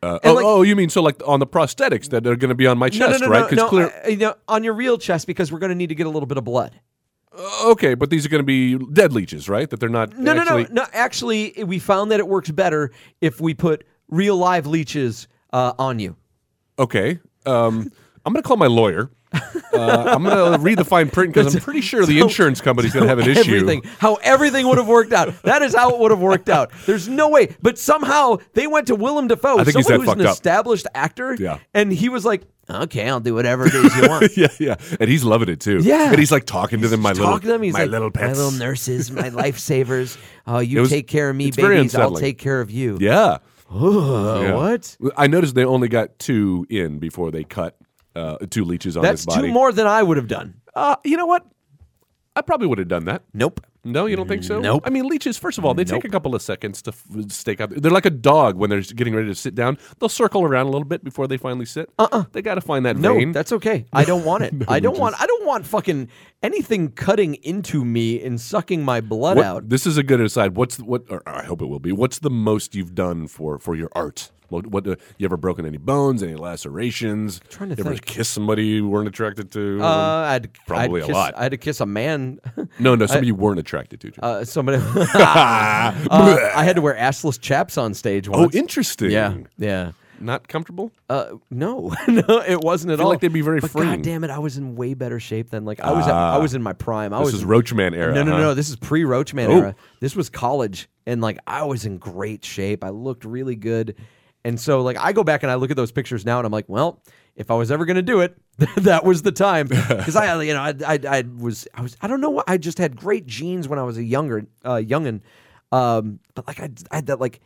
Uh, and oh, like- oh, you mean so like on the prosthetics that are going to be on my No, chest, no, no, right? no, uh, no, clear- I- you know, on your real chest because we're going to need to get a little bit of blood. okay, but these are going to be dead leeches, right? That they're not. No, actually, no, no, no. Actually, we found that it works better if we put real live leeches uh, on you. Okay, um, I'm going to call my lawyer. Uh, I'm going to read the fine print because I'm pretty sure the insurance company's going to have an issue. Everything, how everything would have worked out. That is how it would have worked out. There's no way. But somehow they went to Willem Dafoe, I think he's someone who's that an fucked up. established actor, Yeah. and he was like, "Okay, I'll do whatever it is you want." yeah, yeah, and he's loving it too. Yeah. and he's like talking to them. My Talk little, to them. He's my like, little pets. my little nurses, my lifesavers. Oh, you It was- take care of me, it's very babies. I'll unsettling. take care of you. yeah. Oh, Yeah. What? I noticed they only got two in before they cut uh, two leeches on That's his body. two more than I would have done. Uh, you know what? I probably would have done that. Nope. No, you don't think so? Nope. I mean, leeches. First of all, they take a couple of seconds to f- stake out. They're like a dog when they're getting ready to sit down. They'll circle around a little bit before they finally sit. Uh, uh They got to find that Uh-uh. No, vein. that's okay. I don't want it. I don't want. I don't want fucking anything cutting into me and sucking my blood What- out. This is a good aside. What's the- what? Or I hope it will be. What's the most you've done for for your art? What, what uh, you ever broken any bones? Any lacerations? trying to you ever think. kiss somebody you weren't attracted to? Uh, I'd Probably I'd a kiss, lot. I had to kiss a man. no, no, somebody you weren't attracted to. Jim. Uh, somebody, Uh, I had to wear assless chaps on stage oh, once. interesting. yeah, yeah. Not comfortable? Uh, no, no, it wasn't at feel all. like they'd be very but freeing. God damn it, I was in way better shape than like I was. at- I was in my prime. I This was is Roachman era. No, no, huh? no. This is pre Roachman Oh. era. This was college, and like I was in great shape. I looked really good, and so like I go back and I look at those pictures now, and I'm like, well, if I was ever gonna do it, that was the time because I, you know, I, I, I was, I was, I don't know, why- I just had great genes when I was a younger, uh, youngin, um, but like I, I had that like.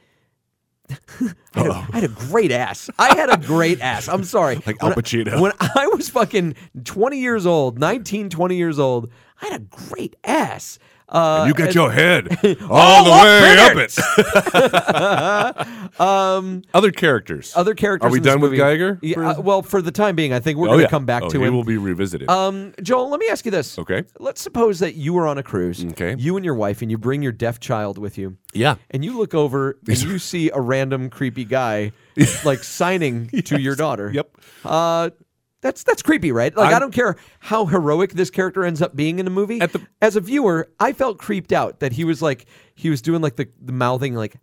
I had, a, I had a great ass. I had a great ass. I'm sorry. Like Al When I- Pacino. When I was fucking 20 years old, 19, 20 years old, I had a great ass. Uh, You got and- your head all, All the up way in up it. it. Other characters. Um, other characters. Are we in this done with movie- Geiger? Yeah, for- uh, well, for the time being, I think we're Oh, going to yeah. come back Oh, to he him. will be revisited. Um, Joel, let me ask you this. Okay. Let's suppose that you were on a cruise. Okay. You and your wife, and you bring your deaf child with you. Yeah. And you look over and you see a random creepy guy like signing to your daughter. Yep. Uh, that's that's creepy, right? Like I'm, I I'm- do not care how heroic this character ends up being in a movie. At the- As a viewer, I felt creeped out that he was like he was doing like the, the mouthing like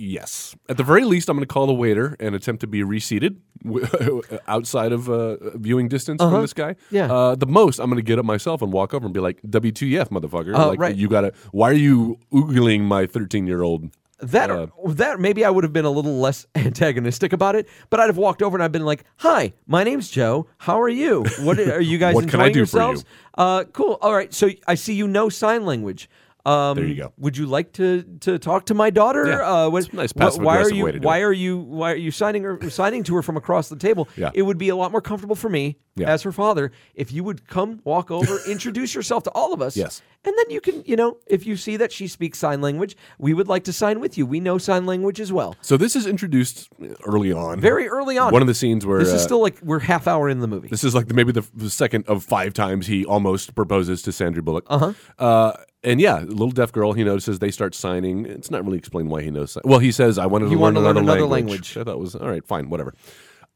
Yes. At the very least, I'm going to call the waiter and attempt to be reseated w- outside of uh, viewing distance from this guy. Uh-huh. Yeah. Uh, the most, I'm going to get up myself and walk over and be like, "WTF, motherfucker! Uh, like, right. you got to? Why are you oogling my 13 year old?" that Uh, that maybe I would have been a little less antagonistic about it, but I'd have walked over and I've been like, "Hi, my name's Joe. How are you? What are you guys What enjoying can I do for you?" yourselves? Uh, cool. All right. So I see you know sign language. Um, There you go. Would you like to to talk to my daughter? Yeah. Uh, what, It's a nice wh- why are passive-aggressive you way to do why it. are you why are you signing her signing to her from across the table? Yeah. It would be a lot more comfortable for me Yeah. as her father if you would come walk over, introduce yourself to all of us. Yes. And then you can, you know, if you see that she speaks sign language, we would like to sign with you. We know sign language as well. So this is introduced early on, Very early on. One of the scenes where This uh, is still like we're half hour in the movie. This is like the, maybe the, the second of five times he almost proposes to Sandra Bullock. Uh-huh. And yeah, little deaf girl, he notices they start signing. It's not really explained why he knows. si- Well, he says, I wanted to, You learn, wanted to learn another another language. language. I thought was, all right, fine, whatever.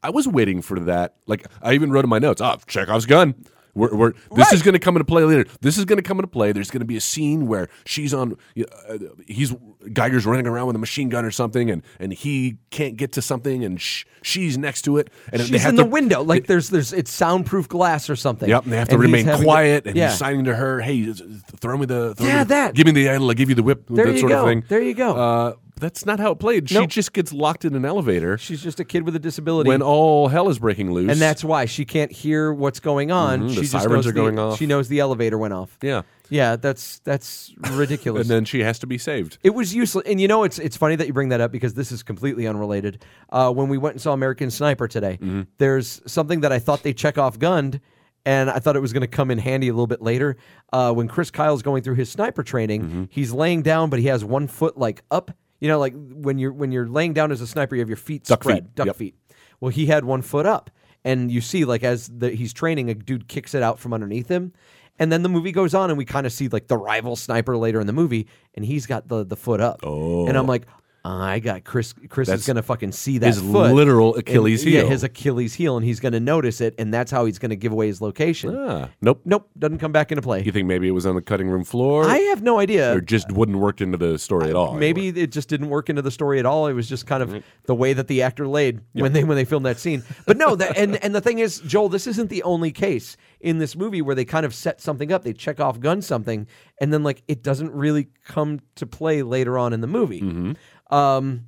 I was waiting for that. Like, I even wrote in my notes, oh, Chekhov's gun. We're, we're, this Right. is going to come into play later. This is going to come into play. There's going to be a scene where she's on, uh, he's Geiger's running around with a machine gun or something, and, and he can't get to something, and sh- she's next to it, and they She's have in to, the window, like there's there's it's soundproof glass or something. Yep, and they have to he's remain having to- quiet, and yeah. he's signing to her, "Hey, th- th- throw me the, throw me Yeah, the- that. give me the idol, I will give you the whip, There that you sort go. of thing." There you go. Uh, that's not how it played. She Nope. just gets locked in an elevator She's just a kid with a disability. when all hell is breaking loose, and that's why she can't hear what's going on. Mhm, the she just sirens knows are going the, off. She knows the elevator went off. yeah. Yeah, that's that's ridiculous. And then she has to be saved. It was useless, and you know it's it's funny that you bring that up because this is completely unrelated. Uh, when we went and saw American Sniper today, Mm-hmm. there's something that I thought they check off gunned, and I thought it was going to come in handy a little bit later. Uh, when Chris Kyle's going through his sniper training, Mm-hmm. he's laying down, but he has one foot like up. You know, like when you're when you're laying down as a sniper, you have your feet Duck spread, feet, duck yep. feet. Well, he had one foot up, and you see, like, as the, he's training, a dude kicks it out from underneath him, and then the movie goes on, and we kind of see like the rival sniper later in the movie, and he's got the the foot up. Oh, and I'm like, I got Chris. Chris is That's gonna fucking see that his foot. literal And- Achilles Yeah, heel. his Achilles heel, and he's gonna notice it, and that's how he's gonna give away his location. Ah, nope. Nope, doesn't come back into play. You think maybe it was on the cutting room floor, I have no idea. or just wouldn't worked into the story at all? Maybe it just didn't work into the story at all. It was just kind of the way that the actor laid when they when they filmed that scene. But no, that, and and the thing is, Joel, this isn't the only case in this movie where they kind of set something up. They check off gun something, and then like it doesn't really come to play later on in the movie. Mm-hmm. Um,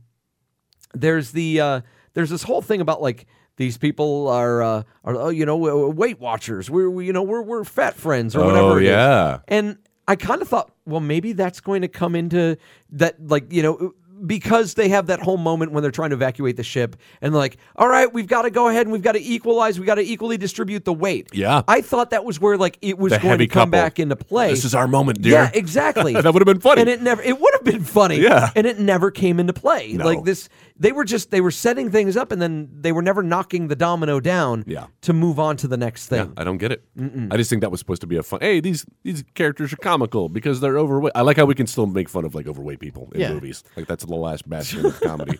there's the uh, there's this whole thing about like. These people are, uh, are oh, you know, w- w- Weight Watchers. We're, we, you know, we're, we're fat friends or whatever. Oh it is. yeah. And I kind of thought, well, maybe that's going to come into that, like, you know, because they have that whole moment when they're trying to evacuate the ship and they're like, all right, we've got to go ahead and we've got to equalize, we got to equally distribute the weight. Yeah. I thought that was where, like, it was The going to heavy come couple. back into play. This is our moment, dear. Yeah, exactly. That would've been funny. And it never it would have been funny. Yeah. And it never came into play. No. Like this they were just they were setting things up and then they were never knocking the domino down Yeah. to move on to the next thing. I don't get it. I just think that was supposed to be a fun. Hey, these these characters are comical because they're overweight. I like how we can still make fun of like overweight people in Yeah. movies. Like that's the last bastion of comedy.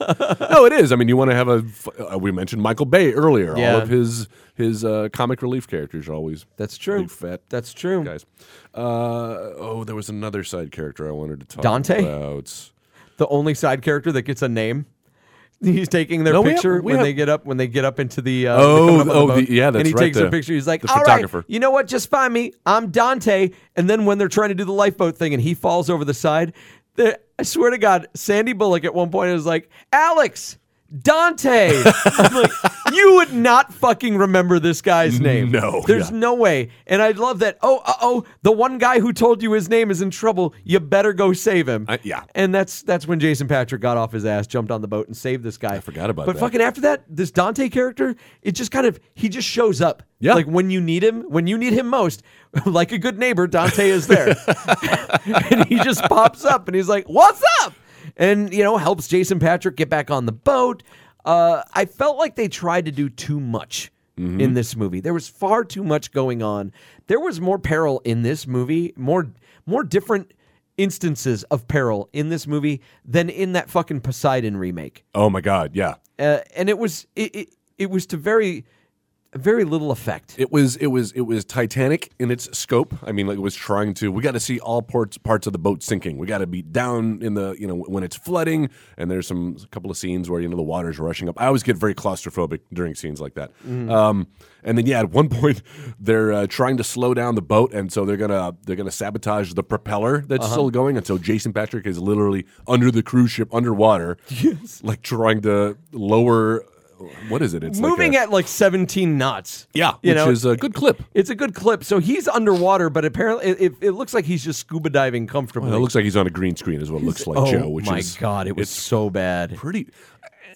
no, it is. I mean, you want to have a. f- Uh, we mentioned Michael Bay earlier. Yeah. All of his his uh, comic relief characters are always That's true. big fat That's true. guys. Uh, oh, there was another side character I wanted to talk Dante? about. The only side character that gets a name. He's taking their No, we have- picture we when have- they get up when they get up into the uh, Oh, when they come up on oh, the- boat. yeah, that's and he right, takes their the- picture. He's like, the "All right, photographer." you know what? Just find me. I'm Dante." And then when they're trying to do the lifeboat thing and he falls over the side, there- I swear to God, Sandy Bullock at one point was like, "Alex, Dante." I'm like, you would not fucking remember this guy's name. No. there's Yeah. no way. And I love that. Oh, uh oh, the one guy who told you his name is in trouble. You better go save him. I- Uh, yeah. And that's that's when Jason Patrick got off his ass, jumped on the boat, and saved this guy. I forgot about but that. fucking after that, this Dante character, it just kind of he just shows up. Yeah. Like when you need him, when you need him most, like a good neighbor, Dante is there. and he just pops up and he's like, What's up? And you know, helps Jason Patrick get back on the boat. Uh, I felt like they tried to do too much in this movie. There was far too much going on. There was more peril in this movie, more more different instances of peril in this movie than in that fucking Poseidon remake Oh my God! Yeah, uh, and it was it, it it was to very very little effect. It was it was it was Titanic in its scope. I mean, like it was trying to. We got to see all parts parts of the boat sinking. We got to be down in the you know when it's flooding. And there's some a couple of scenes where you know the water's rushing up. I always get very claustrophobic during scenes like that. Mm-hmm. Um, and then yeah, at one point they're uh, trying to slow down the boat, and so they're gonna they're gonna sabotage the propeller that's Uh-huh. still going until Jason Patrick is literally under the cruise ship underwater, yes. like trying to lower. What is it? It's Moving like a, at like 17 knots. yeah, you which know, is a good clip. it's a good clip. So he's underwater, but apparently it, it, it looks like he's just scuba diving comfortably. Well, it looks like he's on a green screen, is what it looks like, oh Joe. Which my is god, it was it's so bad. pretty.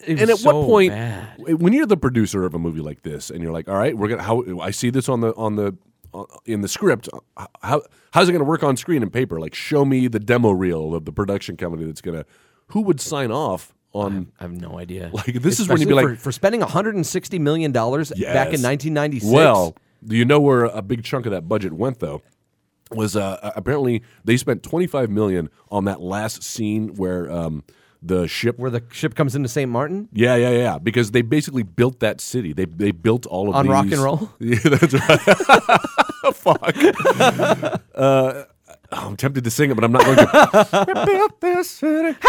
It and at was what so point, bad. w- when you're the producer of a movie like this, and you're like, "All right, we're gonna how I see this on the on the on- in the script, uh, how how's it gonna work on screen and paper? Like, show me the demo reel of the production company that's gonna who would sign off on." I have no idea. Like, this is when you'd be Especially like- for, for spending 160 million dollars back in Yes. 1996. Well, do you know where a big chunk of that budget went though? Was uh, apparently they spent 25 million on that last scene where um, the ship where the ship comes into St. Martin. Yeah, yeah, yeah. Because they basically built that city. They they built all of On these. rock and roll? Yeah, that's right. Fuck. Uh, I'm tempted to sing it, but I'm not going to. we built this city.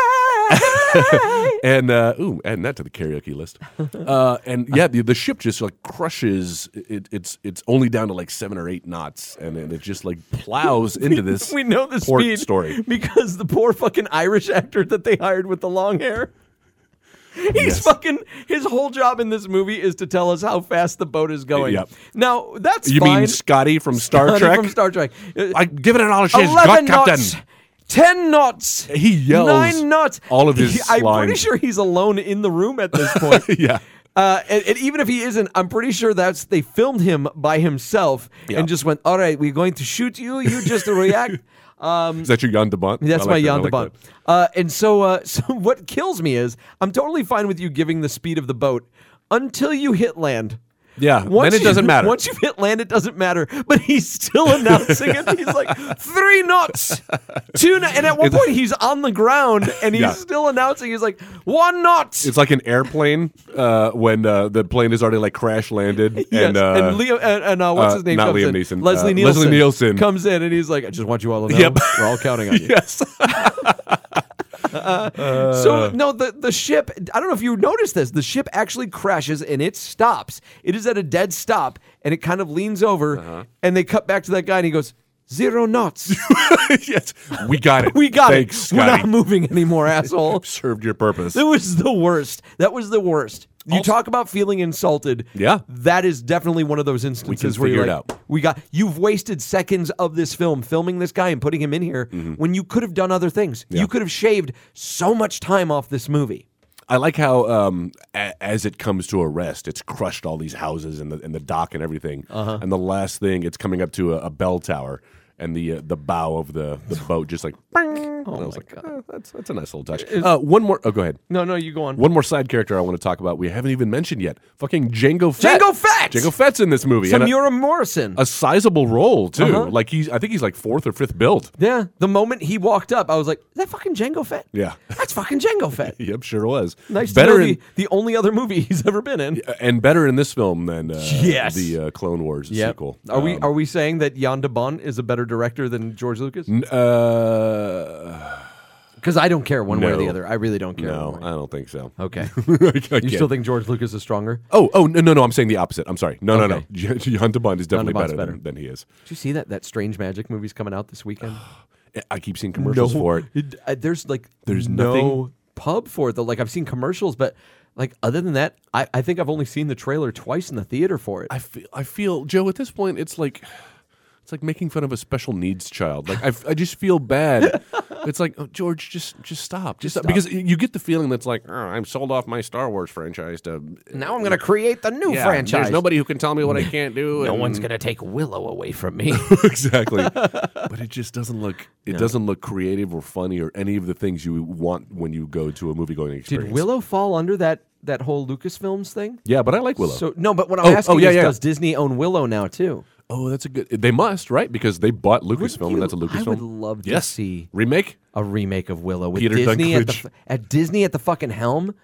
and uh, ooh, adding that to the karaoke list. Uh, and yeah, the, the ship just like crushes. It, it's it's only down to like seven or eight knots, and then it just like plows into this. We know the port speed story. because the poor fucking Irish actor that they hired with the long hair. He's Yes. fucking. His whole job in this movie is to tell us how fast the boat is going. Yep. Now that's You fine. mean Scotty from Star Honey Trek? from Star Trek. Uh, I give it an all chance, Eleven God, Captain. knots. Ten knots. He yells nine knots. all of his He- I'm pretty lines. sure he's alone in the room at this point. yeah. Uh, and, and even if he isn't, I'm pretty sure that's they filmed him by himself Yeah. and just went, "All right, we're going to shoot you. You just react." Um, Is that your Jan de Bont? that's I like my that. I Jan de like Bont. that. Uh, and so, uh, so what kills me is I'm totally fine with you giving the speed of the boat until you hit land. Yeah, Uh, then it you- doesn't matter. Once you hit land, it doesn't matter. But he's still announcing it. He's like three knots, two, kno-" and at one point he's on the ground and he's Yeah. still announcing. He's like one knot. It's like an airplane uh, when uh, the plane is already like crash landed Yes, and, uh, and Leo and, and uh, what's uh, his name? not comes Liam in. Neeson, Leslie uh, Nielsen. Leslie Nielsen. comes in and he's like, "I just want you all to know, Yep. we're all counting on you." yes, Uh. So no, the the ship. I don't know if you noticed this. The ship actually crashes and it stops. It is at a dead stop and it kind of leans over, Uh-huh. and they cut back to that guy and he goes zero knots. yes, we got it. We got Thanks, it. We're Scotty. not moving anymore, asshole. Served your purpose. That was the worst. That was the worst. You Also- talk about feeling insulted. Yeah. that is definitely one of those instances where you're figure it like, out. "We got you've wasted seconds of this film filming this guy and putting him in here Mm-hmm. when you could have done other things. You could have shaved so much time off this movie." I like how um, a- as it comes to a rest, it's crushed all these houses and the and the dock and everything. Uh-huh. And the last thing, it's coming up to a, a bell tower and the uh, the bow of the the boat just like. "Bing." and I Oh was my like, God. "Eh, that's that's a nice little touch. Uh, one more. Oh, go ahead. No, no, you go on. One more side character I want to talk about we haven't even mentioned yet. Fucking Django Fett. Django Fett! Django Fett's in this movie. From and a- Miura Morrison. a, sizable role too. Uh-huh. Like he's I think he's like fourth or fifth built. yeah. The moment he walked up, I was like, is that fucking Django Fett? Yeah. That's fucking Django Fett. Yep, sure was. Nice better to know in, uh, the, the only other movie he's ever been in. and better in this film than uh, Yes. the uh, Clone Wars Yep. sequel. Are we Um, are we saying that Jan de Bon is a better director than George Lucas? n- uh, Because I don't care one way or the No. other. I really don't care. no, one way. I don't think so. Okay. Okay. You still think George Lucas is stronger? Oh, oh no, no, no! I'm saying the opposite. I'm sorry. No, no, Okay. no. John DeBond is definitely Bond's better, better. Than, than he is. Did you see that that Strange Magic movie's coming out this weekend? I keep seeing commercials for it. uh, there's like There's no nothing? pub for it though. Like I've seen commercials, but like other than that, I, I think I've only seen the trailer twice in the theater for it. I feel, I feel, Joe. At this point, it's like, it's like making fun of a special needs child. Like I, f- I just feel bad. it's like, oh, George, just, just stop, just, stop. because you get the feeling that's like, oh, I'm sold off my Star Wars franchise to now I'm gonna create the new Yeah, franchise. There's nobody who can tell me what I can't do. no and- one's gonna take Willow away from me. exactly. but it just doesn't look, it doesn't look creative or funny or any of the things you want when you go to a movie going experience. Did Willow fall under that that whole Lucasfilms thing? Yeah, but I like Willow. So no, but what I'm Oh, asking oh, yeah, is, yeah. does Disney own Willow now too? Oh, that's a good. They must, right? Because they bought Wouldn't Lucasfilm, you- and that's a Lucasfilm. I would love to yes. see- remake. A remake of Willow with Peter Disney at the, Dinklage. f- at Disney at the fucking helm.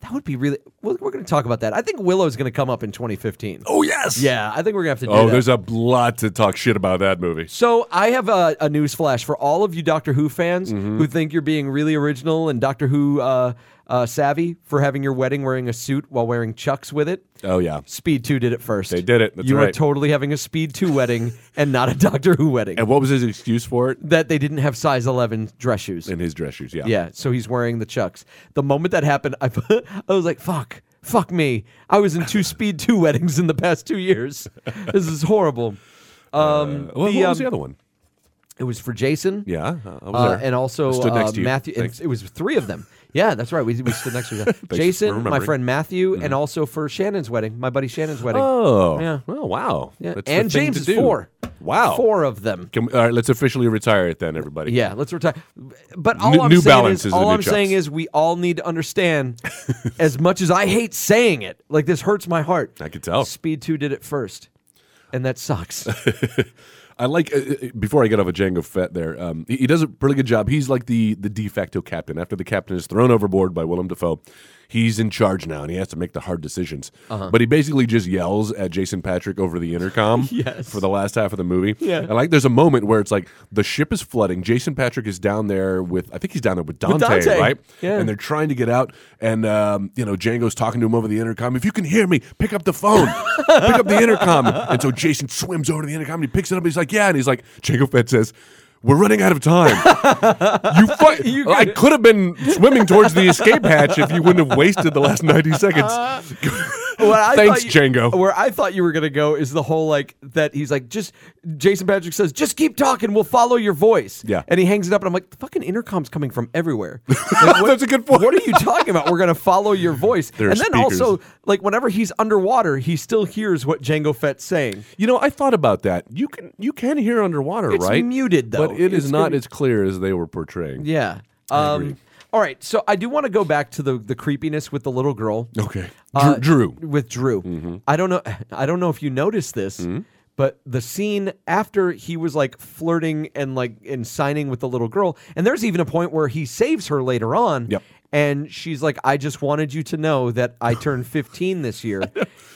That would be really. We're, we're going to talk about that. I think Willow is going to come up in 2015. Oh yes. Yeah, I think we're going to have to do Oh, that. there's a lot to talk shit about that movie. So I have a, a news flash for all of you Doctor Who fans Mm-hmm. who think you're being really original and Doctor Who uh, uh, savvy for having your wedding wearing a suit while wearing chucks with it. Oh yeah. Speed two did it first. They did it. That's you are right. totally having a Speed two wedding and not a Doctor Who wedding. And what was his excuse for it? that they didn't have size 11 dress shoes. In his dress shoes. Yeah. yeah, so he's wearing the chucks. The moment that happened, I, I was like, fuck, fuck me. I was in two Speed 2 weddings in the past two years. This is horrible. Um, Well, the, Uh, what um, was the other one? It was for Jason. Yeah. uh, I was Uh, there. and also I stood next uh, to you. Matthew. Thanks. It, it was three of them. Yeah, that's right. We, we stood next to each other. for Jason, my remembering. Mm-hmm. friend Matthew, and also for Shannon's wedding, my buddy Shannon's wedding. Oh. Yeah. Oh wow. yeah. That's the And thing James to is do. four. Wow. Four of them. Can we- all right. Let's officially retire it then, everybody. Yeah, let's retire. But all New- I'm New saying Balance is, is the all new I'm saying Chucks. is, we all need to understand. as much as I hate saying it, like this hurts my heart. I could tell. Speed Two did it first, and that sucks. I like uh, uh, before I get off a of Django Fett there. Um, he, he does a pretty good job. He's like the the de facto captain. After the captain is thrown overboard by Willem Dafoe, he's in charge now, and he has to make the hard decisions. Uh-huh. But he basically just yells at Jason Patrick over the intercom Yes. for the last half of the movie. Yeah. and like there's a moment where it's like the ship is flooding. Jason Patrick is down there with I think he's down there with Dante, Dante. right? Yeah. and they're trying to get out, and um, you know Django's talking to him over the intercom. If you can hear me, pick up the phone, pick up the intercom. And so Jason swims over to the intercom and he picks it up. And he's like, "Yeah," and he's like, "Django Fett says." We're running out of time. you fuck. You I got- could have been swimming towards the escape hatch if you wouldn't have wasted the last ninety seconds. What I Thanks, thought you- Django. Where I thought you were gonna go is the whole like that. He's like, just Jason Patrick says, just keep talking. We'll follow your voice. Yeah. and he hangs it up, and I'm like, the fucking intercom's coming from everywhere. That's a good point. What are you talking about? We're gonna follow your voice. There are and then speakers. also, like, whenever he's underwater, he still hears what Django Fett's saying. You know, I thought about that. You can you can hear underwater, It's right? muted, though. but it is It's not very- as clear as they were portraying. Yeah. agree. Um, all right. So I do want to go back to the the creepiness with the little girl. Okay, Uh, Drew. Mm-hmm. Drew. with Drew. I don't know. I don't know if you noticed this, Mm-hmm. but the scene after he was like flirting and like and signing with the little girl, and there's even a point where he saves her later on. Yep. And she's like, "I just wanted you to know that I turned 15 this year,"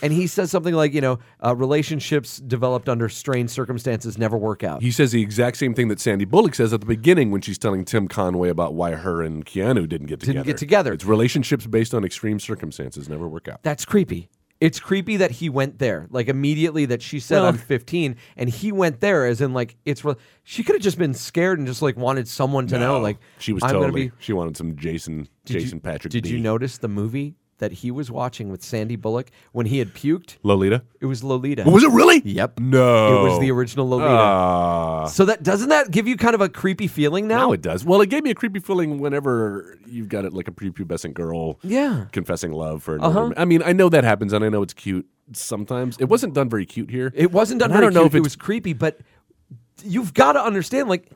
and he says something like, "You know, uh, relationships developed under strained circumstances never work out." He says the exact same thing that Sandy Bullock says at the beginning when she's telling Tim Conway about why her and Keanu didn't get together. Didn't get together. It's relationships based on extreme circumstances never work out. That's creepy. It's creepy that he went there. Like immediately that she said Well- I'm 15 and he went there as in like it's re- she could have just been scared and just like wanted someone to know like she was I'm gonna totally. be- She wanted some Jason Did you- Jason Patrick. Did you B. notice the movie that he was watching with Sandy Bullock when he had puked? Lolita? It was Lolita. Was it really? Yep. No. It was the original Lolita. Ah. so that doesn't that give you kind of a creepy feeling now? Now it does. Well, it gave me a creepy feeling whenever you've got it like a prepubescent girl, Yeah. Uh-huh. confessing love for. Another ma- I mean, I know that happens, and I know it's cute sometimes. It wasn't done very cute here. It wasn't done. And I very don't know cute. if it it's- was creepy, but you've got to understand. Like,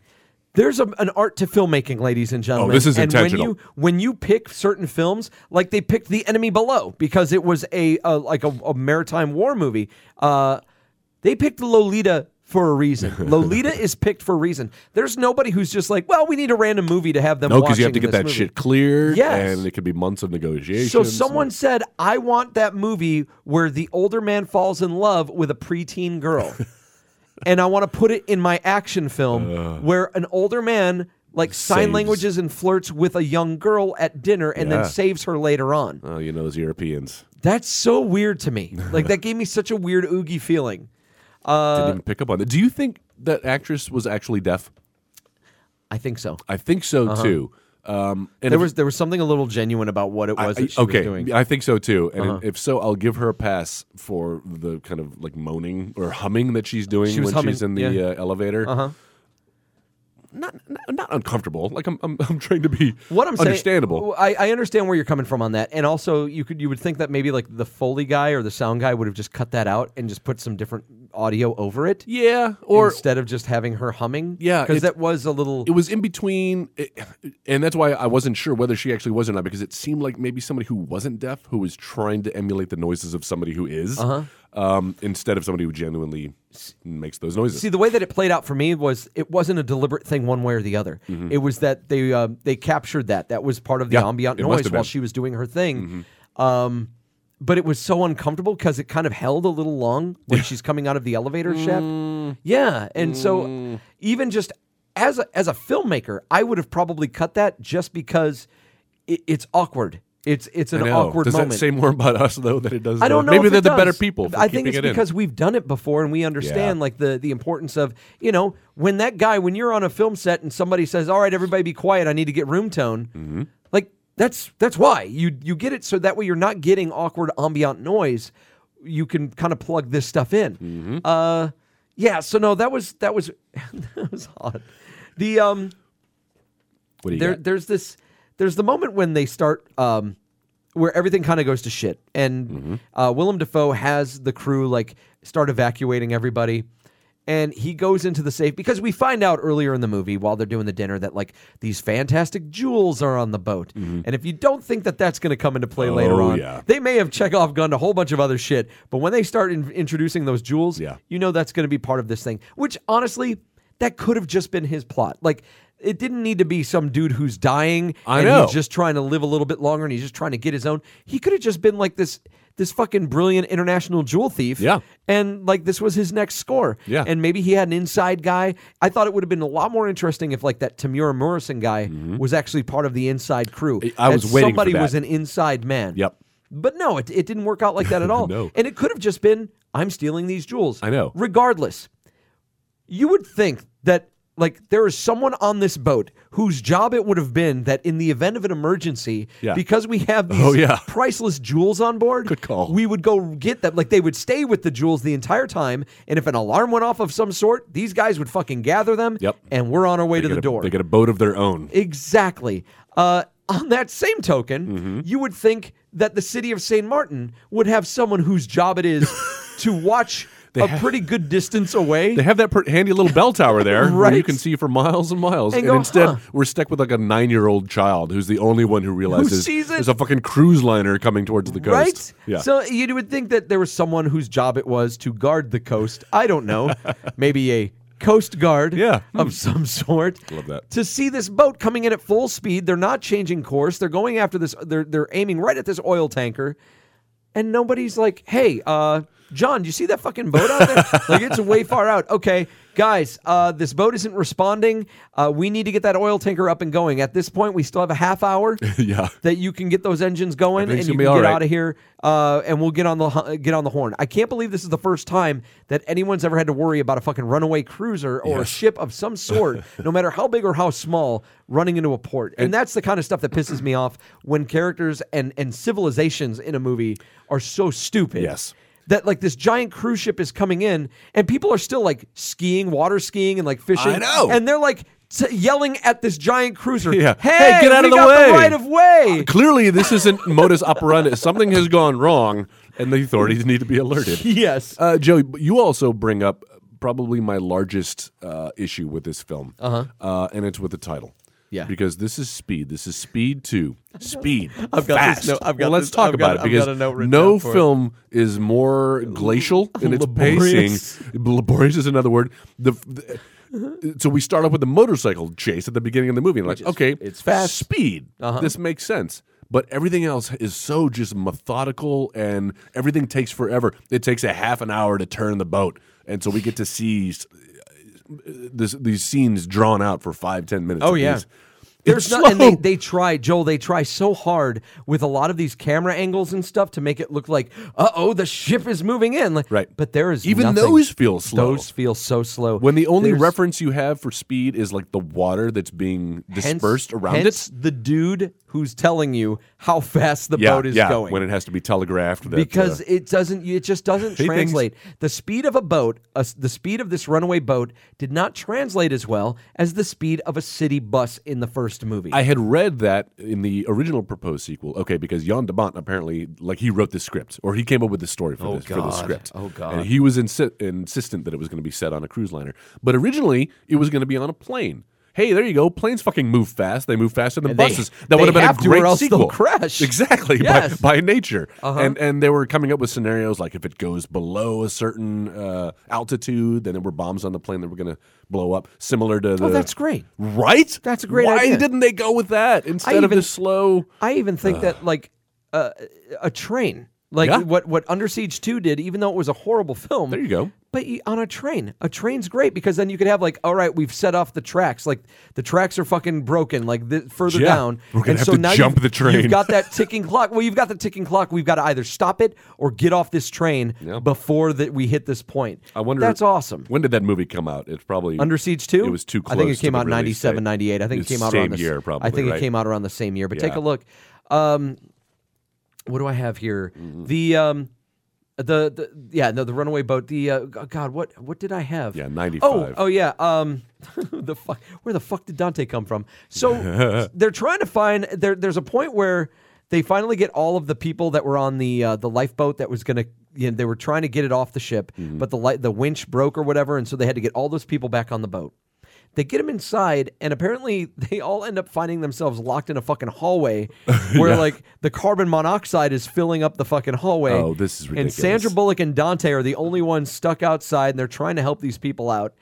There's a, an art to filmmaking, ladies and gentlemen. Oh, this is and intentional. When you when you pick certain films, like they picked The Enemy Below because it was a, a like a, a maritime war movie. Uh, they picked Lolita for a reason. Lolita is picked for a reason. There's nobody who's just like, well, we need a random movie to have them. No, because you have to watching get that this movie." shit cleared, Yes. and it could be months of negotiations. So someone said, I want that movie where the older man falls in love with a preteen girl. and I want to put it in my action film where an older man like sign Uh. Saves. languages and flirts with a young girl at dinner and Yeah. then saves her later on. Oh, you know those Europeans That's so weird to me. Like that gave me such a weird oogie feeling. Uh, didn't even pick up on that. Do you think that actress was actually deaf? I think so. I think so too. Um, and Uh-huh. There if- was there was something a little genuine about what it I- was I- that she okay, was doing. Uh-huh. I think so too. And if so, I'll give her a pass for the kind of like moaning or humming that she's doing She was when she's in humming, the yeah. uh, elevator. Uh-huh. Not, not not uncomfortable. Like I'm, I'm I'm trying to be what I'm saying, understandable. w- I, I understand where you're coming from on that, and also you could you would think that maybe like the foley guy or the sound guy would have just cut that out and just put some different audio over it yeah, or instead of just having her humming. Yeah, because it- that was a little. it was in between, it- and that's why I wasn't sure whether she actually was or not because it seemed like maybe somebody who wasn't deaf who was trying to emulate the noises of somebody who is, Uh-huh. um, instead of somebody who genuinely s- makes those noises. See, the way that it played out for me was it wasn't a deliberate thing one way or the other. It was that they uh, they captured that. That was part of the Mm-hmm. Yeah, ambient it must noise while have been. Mm-hmm. she was doing her thing. Um, but it was so uncomfortable because it kind of held a little long when she's coming out of the elevator Mm. shaft. Yeah, and so even just as a, as a filmmaker, I would have probably cut that just because it, it's awkward. It's it's an I know. awkward does moment. that say more about us though than it does? I don't know. them? Maybe if they're it the better does. people. For I think it's keeping it in. because we've done it before and we understand Yeah. like the the importance of you know when that guy when you're on a film set and somebody says, "All right, everybody, be quiet. I need to get room tone." Mm-hmm. Like that's that's why you you get it so that way you're not getting awkward ambient noise. You can kind of plug this stuff in. Mm-hmm. Uh, yeah. So no, that was that was that was odd. The um What do you there, got? there's this there's the moment when they start um, where everything kind of goes to shit and Mm-hmm. uh, willem dafoe has the crew like start evacuating everybody and he goes into the safe because we find out earlier in the movie while they're doing the dinner that like these fantastic jewels are on the boat and if you don't think that that's going to come into play later Mm-hmm. Oh, on yeah. they may have Chekhov gunned a whole bunch of other shit, but when they start in- introducing those jewels, Yeah. you know that's going to be part of this thing. Which honestly, that could have just been his plot. Like it didn't need to be some dude who's dying I and know. he's just trying to live a little bit longer and he's just trying to get his own. He could have just been like this this fucking brilliant international jewel thief. Yeah. And like this was his next score. Yeah. And maybe he had an inside guy. I thought it would have been a lot more interesting if like that Tamura Morrison guy was actually part of the inside crew. Mm-hmm. I That was waiting for somebody that. was an inside man. Yep. But no, it, it didn't work out like that at all. No. And it could have just been, I'm stealing these jewels. I know. Regardless, you would think that, like, there is someone on this boat whose job it would have been that in the event of an emergency, Yeah. because we have these Oh, yeah. priceless jewels on board, Good call. we would go get them. Like, they would stay with the jewels the entire time. And if an alarm went off of some sort, these guys would fucking gather them. Yep. And we're on our way They to the get a- door. They get a boat of their own. Exactly. Uh, on that same token, Mm-hmm. you would think that the city of St. Martin would have someone whose job it is to watch a have- pretty good distance away. They have that per- handy little bell tower there where you Right. can see for miles and miles. And go, instead, huh. we're stuck with like a nine-year-old child who's the only one who realizes sees it? there's a fucking cruise liner coming towards the coast. Right? Yeah. So you would think that there was someone whose job it was to guard the coast. I don't know. Maybe a coast guard Yeah. Hmm. of some sort. Love that. To see this boat coming in at full speed, they're not changing course. They're going after this they're they're aiming right at this oil tanker. and nobody's like, "Hey, uh, John, do you see that fucking boat out there? like, it's way far out." Okay, guys, uh, this boat isn't responding. Uh, we need to get that oil tanker up and going. At this point, we still have a half hour yeah. that you can get those engines going, and Everything's you can gonna be get all right. out of here, uh, and we'll get on the hu- get on the horn. I can't believe this is the first time that anyone's ever had to worry about a fucking runaway cruiser or a Yes. ship of some sort, no matter how big or how small, running into a port. And, that's the kind of stuff that pisses me off when characters and and civilizations in a movie are so stupid. Yes. That like this giant cruise ship is coming in, and people are still like skiing, water skiing, and like fishing. I know. And they're like t- yelling at this giant cruiser. Yeah. Hey, Hey, get out we of the got way." The right of way. Clearly, this isn't modus operandi. Something has gone wrong, and the authorities need to be alerted. Yes. Uh, Joey, but you also bring up probably my largest uh, issue with this film, uh-huh. and it's with the title. Yeah. because this is speed. This is Speed Two. Speed. I've got this fast. note- I've got well, let's this- talk I've got- about it I've because got a note written no down for it. film is more glacial in its Laborious. pacing. Laborious is another word. The, the- so we start off with the motorcycle chase at the beginning of the movie. and like, is- okay, it's fast. Uh-huh. speed. This makes sense. But everything else is so just methodical and everything takes forever. It takes a half an hour to turn the boat. And so we get to see s- uh, this, these scenes drawn out for five, ten minutes. Oh, at yeah. least. There's It's not, and they, slow. they try, Joel, they try so hard with a lot of these camera angles and stuff to make it look like, uh oh, the ship is moving in. Like, Right. But there is Even nothing. those feel slow. Those feel so slow. when the only There's- reference you have for speed is like the water that's being hence- dispersed around hence it. The dude who's telling you how fast the boat is yeah, going. when it has to be telegraphed. That, because uh, it doesn't it just doesn't thinks- translate the speed of a boat uh, the speed of this runaway boat did not translate as well as the speed of a city bus in the first movie I had read that in the original proposed sequel. Okay, because Jan de Bont apparently, like, he wrote the script or he came up with the story for, this, for the God. script. Oh, God. And he was insi- insistent that it was going to be set on a cruise liner. But originally, it was going to be on a plane. Hey, there you go. Planes fucking move fast. They move faster than And they- buses. that they would have been have a to or great else they'll sequel. crash. Exactly. Yes. Uh-huh. By, by nature. And and they were coming up with scenarios like if it goes below a certain uh, altitude, then there were bombs on the plane that were going to blow up. Similar to the. Oh, that's great. Right? That's a great Why idea. didn't they go with that instead of even- the slow? I even think that like uh, a train, like Yeah. what what Under Siege Two did, even though it was a horrible film. There you go. But you, on a train, a train's great because then you could have like, all right, we've set off the tracks. Like the tracks are fucking broken. Like the, further Yeah. down, We're gonna and have so to now jump you've- the train. You've got that ticking clock. Well, you've got the ticking clock. We've got to either stop it or get off this train Yeah. before that we hit this point. I wonder. That's awesome. When did that movie come out? It's probably Under Siege 2? It was too close. I think it to came the out in release 97, date. 98. I think it The came out around same this year, probably. I think right? it came out around the same year. But take a Yeah. look. Um, what do I have here? Mm-hmm. The um, the the yeah no the runaway boat. The uh, g- God what what did I have? Yeah, 95. Oh oh yeah. Um, the fuck where the fuck did Dante come from? So they're trying to find there. There's a point where they finally get all of the people that were on the uh, the lifeboat that was gonna. You know, they were trying to get it off the ship, but the light the winch broke or whatever, and so they had to get all those people back on the boat. They get them inside, and apparently they all end up finding themselves locked in a fucking hallway where, like, the carbon monoxide is filling up the fucking hallway. Oh, this is And ridiculous. Sandra Bullock and Dante are the only ones stuck outside, and they're trying to help these people out.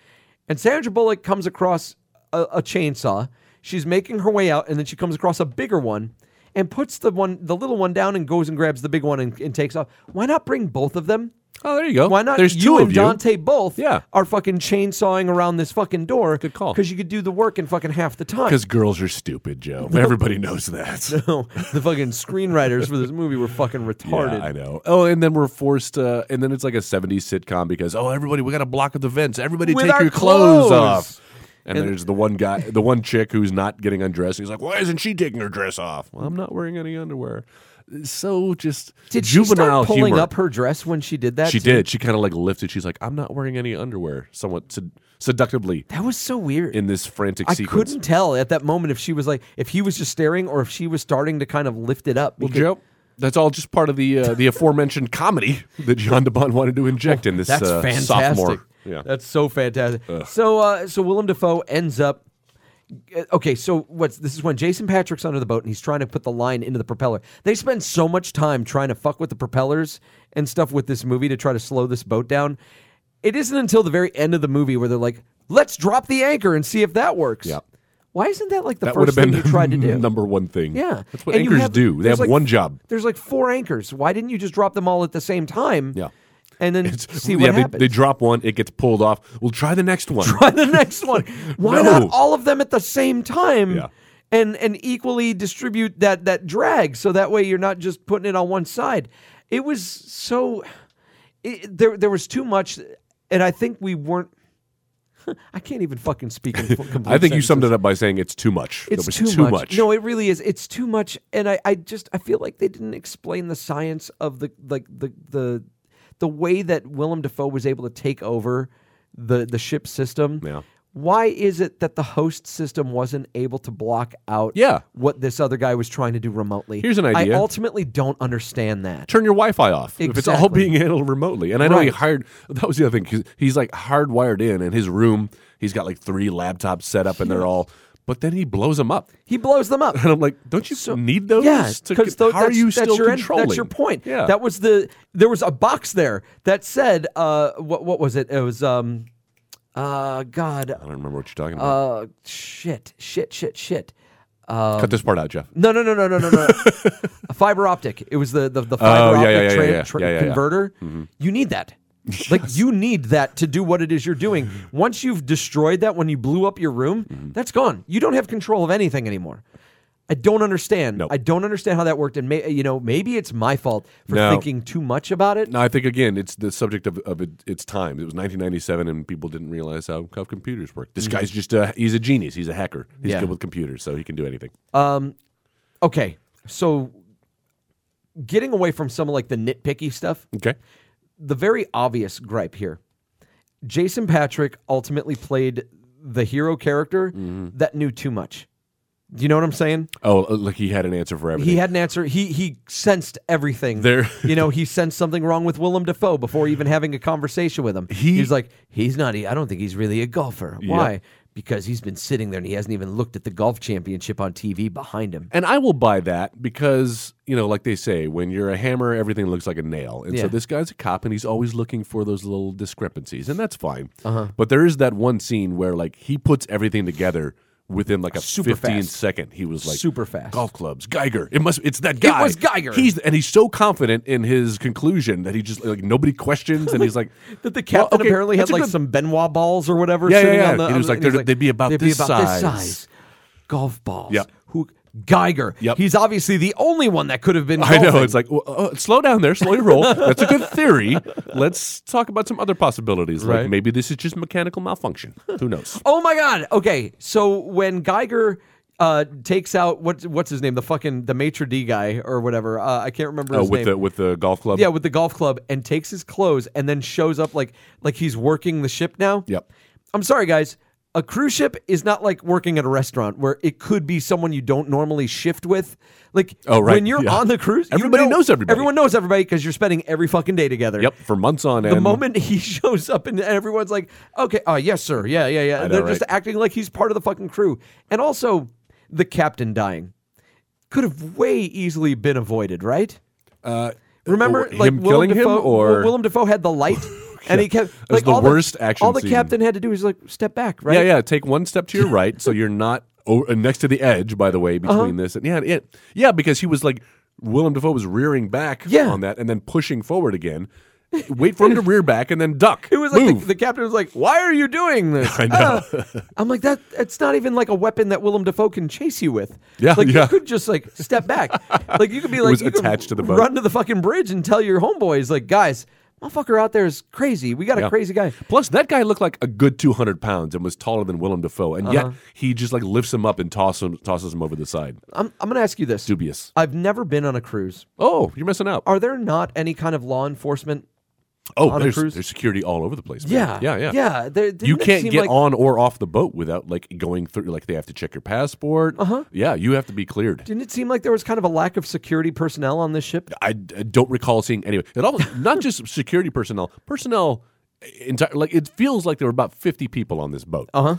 And Sandra Bullock comes across a, a chainsaw. She's making her way out, and then she comes across a bigger one and puts the one, the little one down, and goes and grabs the big one and, and takes off. Why not bring both of them? Oh, there you go. Why not? There's you two and of you. Dante both Yeah. are fucking chainsawing around this fucking door. Good call. Because you could do the work in fucking half the time. Because girls are stupid, Joe. Everybody knows that. No, the fucking screenwriters for this movie were fucking retarded. Yeah, I know. Oh, and then we're forced, uh, and then it's like a 70s sitcom because, oh, everybody, we got to block up the vents. Everybody With take our your clothes, clothes. off. And, And- there's the one guy, the one chick who's not getting undressed. He's like, why isn't she taking her dress off? Well, I'm not wearing any underwear. So just Did she juvenile start pulling humor. up her dress when she did that? She too? did. She kind of like lifted. She's like, I'm not wearing any underwear, somewhat sed- seductively That was so weird. in this frantic I sequence. couldn't tell at that moment if she was like, if he was just staring or if she was starting to kind of lift it up. Well, because- Joe, that's all just part of the uh, the aforementioned comedy that John DeBont wanted to inject in this That's uh, fantastic. sophomore. Yeah. That's so fantastic. So uh, so Willem Dafoe ends up uh, okay, so what's this is when Jason Patrick's under the boat and he's trying to put the line into the propeller. They spend so much time trying to fuck with the propellers and stuff with this movie to try to slow this boat down. It isn't until the very end of the movie where they're like, "Let's drop the anchor and see if that works." Yeah. Why isn't that like the that would first have thing been you tried to do? number one thing. Yeah, that's what And you anchors have- do. They there's have like- one job. There's like four anchors. Why didn't you just drop them all at the same time? Yeah. and then It's- see what yeah, happens. they, they drop one, it gets pulled off. We'll try the next one. try the next one. Why no. not all of them at the same time? Yeah. And and equally distribute that that drag so that way you're not just putting it on one side. It was so it, there there was too much and I think we weren't I can't even fucking speak in full- complete I think you sentences. summed it up by saying it's too much. It's That was too, much. No, it really is. It's too much, and I, I just I feel like they didn't explain the science of the like the the the way that Willem Dafoe was able to take over the the ship system. Yeah. Why is it that the host system wasn't able to block out Yeah. what this other guy was trying to do remotely? Here's an idea. I ultimately don't understand that. turn your Wi-Fi off if it's all Exactly. being handled remotely. And I know he Right. hired. That was the other thing. 'cause He's like hardwired in, and his room. He's got like three laptops set up, and they're all. But then he blows them up, He blows them up. and I'm like, "Don't you need those? Yeah, to because con- tho- how are that's- you that's still your end- controlling?" that's your point. Yeah, that was the there was a box there that said uh what what was it? It was um uh I God don't remember what you're talking about. uh shit shit shit shit. Uh, Cut this part out, Jeff. No, no, no, no, no, no, no. a fiber optic. It was the the, the fiber Oh, yeah, optic yeah, yeah, tran- yeah, tr- yeah, Mm-hmm. yeah, yeah. converter. You need that. Like you need that to do what it is you're doing. Once you've destroyed that, when you blew up your room, Mm-hmm. that's gone. You don't have control of anything anymore. I don't understand. Nope. I don't understand how that worked. And may, you know, maybe it's my fault for No. thinking too much about it. No, I think again, it's the subject of, of it, its time. It was 1997, and people didn't realize how, how computers work. This guy's just a—he's a genius. He's a hacker. He's Mm-hmm. Yeah. good with computers, so he can do anything. Okay, so getting away from some of like the nitpicky stuff, Okay, the very obvious gripe here Jason Patrick ultimately played the hero character Mm-hmm. that knew too much. You know what I'm saying? Oh, like he had an answer for everything. He had an answer. He he sensed everything. There- you know, he sensed something wrong with Willem Dafoe before even having a conversation with him. He- He's like, he's not. e, I don't think he's really a golfer. Why? Because he's been sitting there and he hasn't even looked at the golf championship on TV behind him. and I will buy that because you know, like they say, when you're a hammer, everything looks like a nail. And Yeah. so this guy's a cop, and he's always looking for those little discrepancies, and that's fine. Uh-huh. But there is that one scene where like he puts everything together within like a Super 15 fast. second. He was like Super fast. golf clubs, Geiger. It must. It's that guy. was Geiger. He's and he's so confident in his conclusion that he just like nobody questions, and he's like That the "Well, captain okay, apparently had that's a like good- some Benoit balls or whatever Yeah, yeah, sitting yeah. on the. He was on the- like, "They're- they'd be about they'd this be about this size." size. Golf balls. Yep. Who? Geiger. Yep. He's obviously the only one that could have been. I know. golfing. It's like, well, uh, slow down there, slow your roll. That's a good theory. Let's talk about some other possibilities. Right. Like maybe this is just mechanical malfunction. Who knows? Oh my god. Okay, so when Geiger uh, takes out what what's his name, the fucking the maitre d guy or whatever, uh, I can't remember Uh, his with name. the with the golf club. yeah, with the golf club, and takes his clothes, and then shows up like like he's working the ship now. Yep. I'm sorry, guys. A cruise ship is not like working at a restaurant where it could be someone you don't normally shift with. Like, Oh, right, when you're yeah. on the cruise, you Everybody know- knows everybody. Everyone knows everybody because you're spending every fucking day together. Yep. For months on The end. moment he shows up and everyone's like, okay, uh, yes, sir. Yeah, yeah, yeah. know, They're just right? acting like he's part of the fucking crew. And also, the captain dying could have way easily been avoided, right? Uh, Remember, or him like Willem killing him, Dafoe, or- Willem Dafoe had the light, and he kept was like the all worst action All the scene. captain had to do is like step back, right? Yeah, yeah. Take one step to your right, so you're not o- uh, next to the edge. By the way, Uh-huh. between this and yeah, yeah, yeah, because he was like Willem Dafoe was rearing back Yeah. on that, and then pushing forward again. Wait for him to rear back and then duck. It was like the, Move. the captain was like, "Why are you doing this?" I know. I'm like that. It's not even like a weapon that Willem Dafoe can chase you with. Yeah, like yeah. you could just like step back. like you could be like was you could attached to the boat. Run to the fucking bridge and tell your homeboys like, guys, motherfucker out there is crazy. We got a Yeah. crazy guy. Plus, that guy looked like a good 200 pounds and was taller than Willem Dafoe, and yet he just like lifts him up and tosses him, tosses him over the side. I'm I'm gonna ask you this. Dubious. I've never been on a cruise. Oh, you're missing out. Are there not any kind of law enforcement? Oh, on a there's, cruise? there's security all over the place. man. Yeah, yeah, yeah, yeah. There, didn't You it can't seem get like, on or off the boat without like going through. Like they have to check your passport. Uh huh. Yeah, you have to be cleared. Didn't it seem like there was kind of a lack of security personnel on this ship? I, I don't recall seeing anyway. It all not just security personnel, personnel eh, entire like it feels like there were about 50 people on this boat. Uh-huh.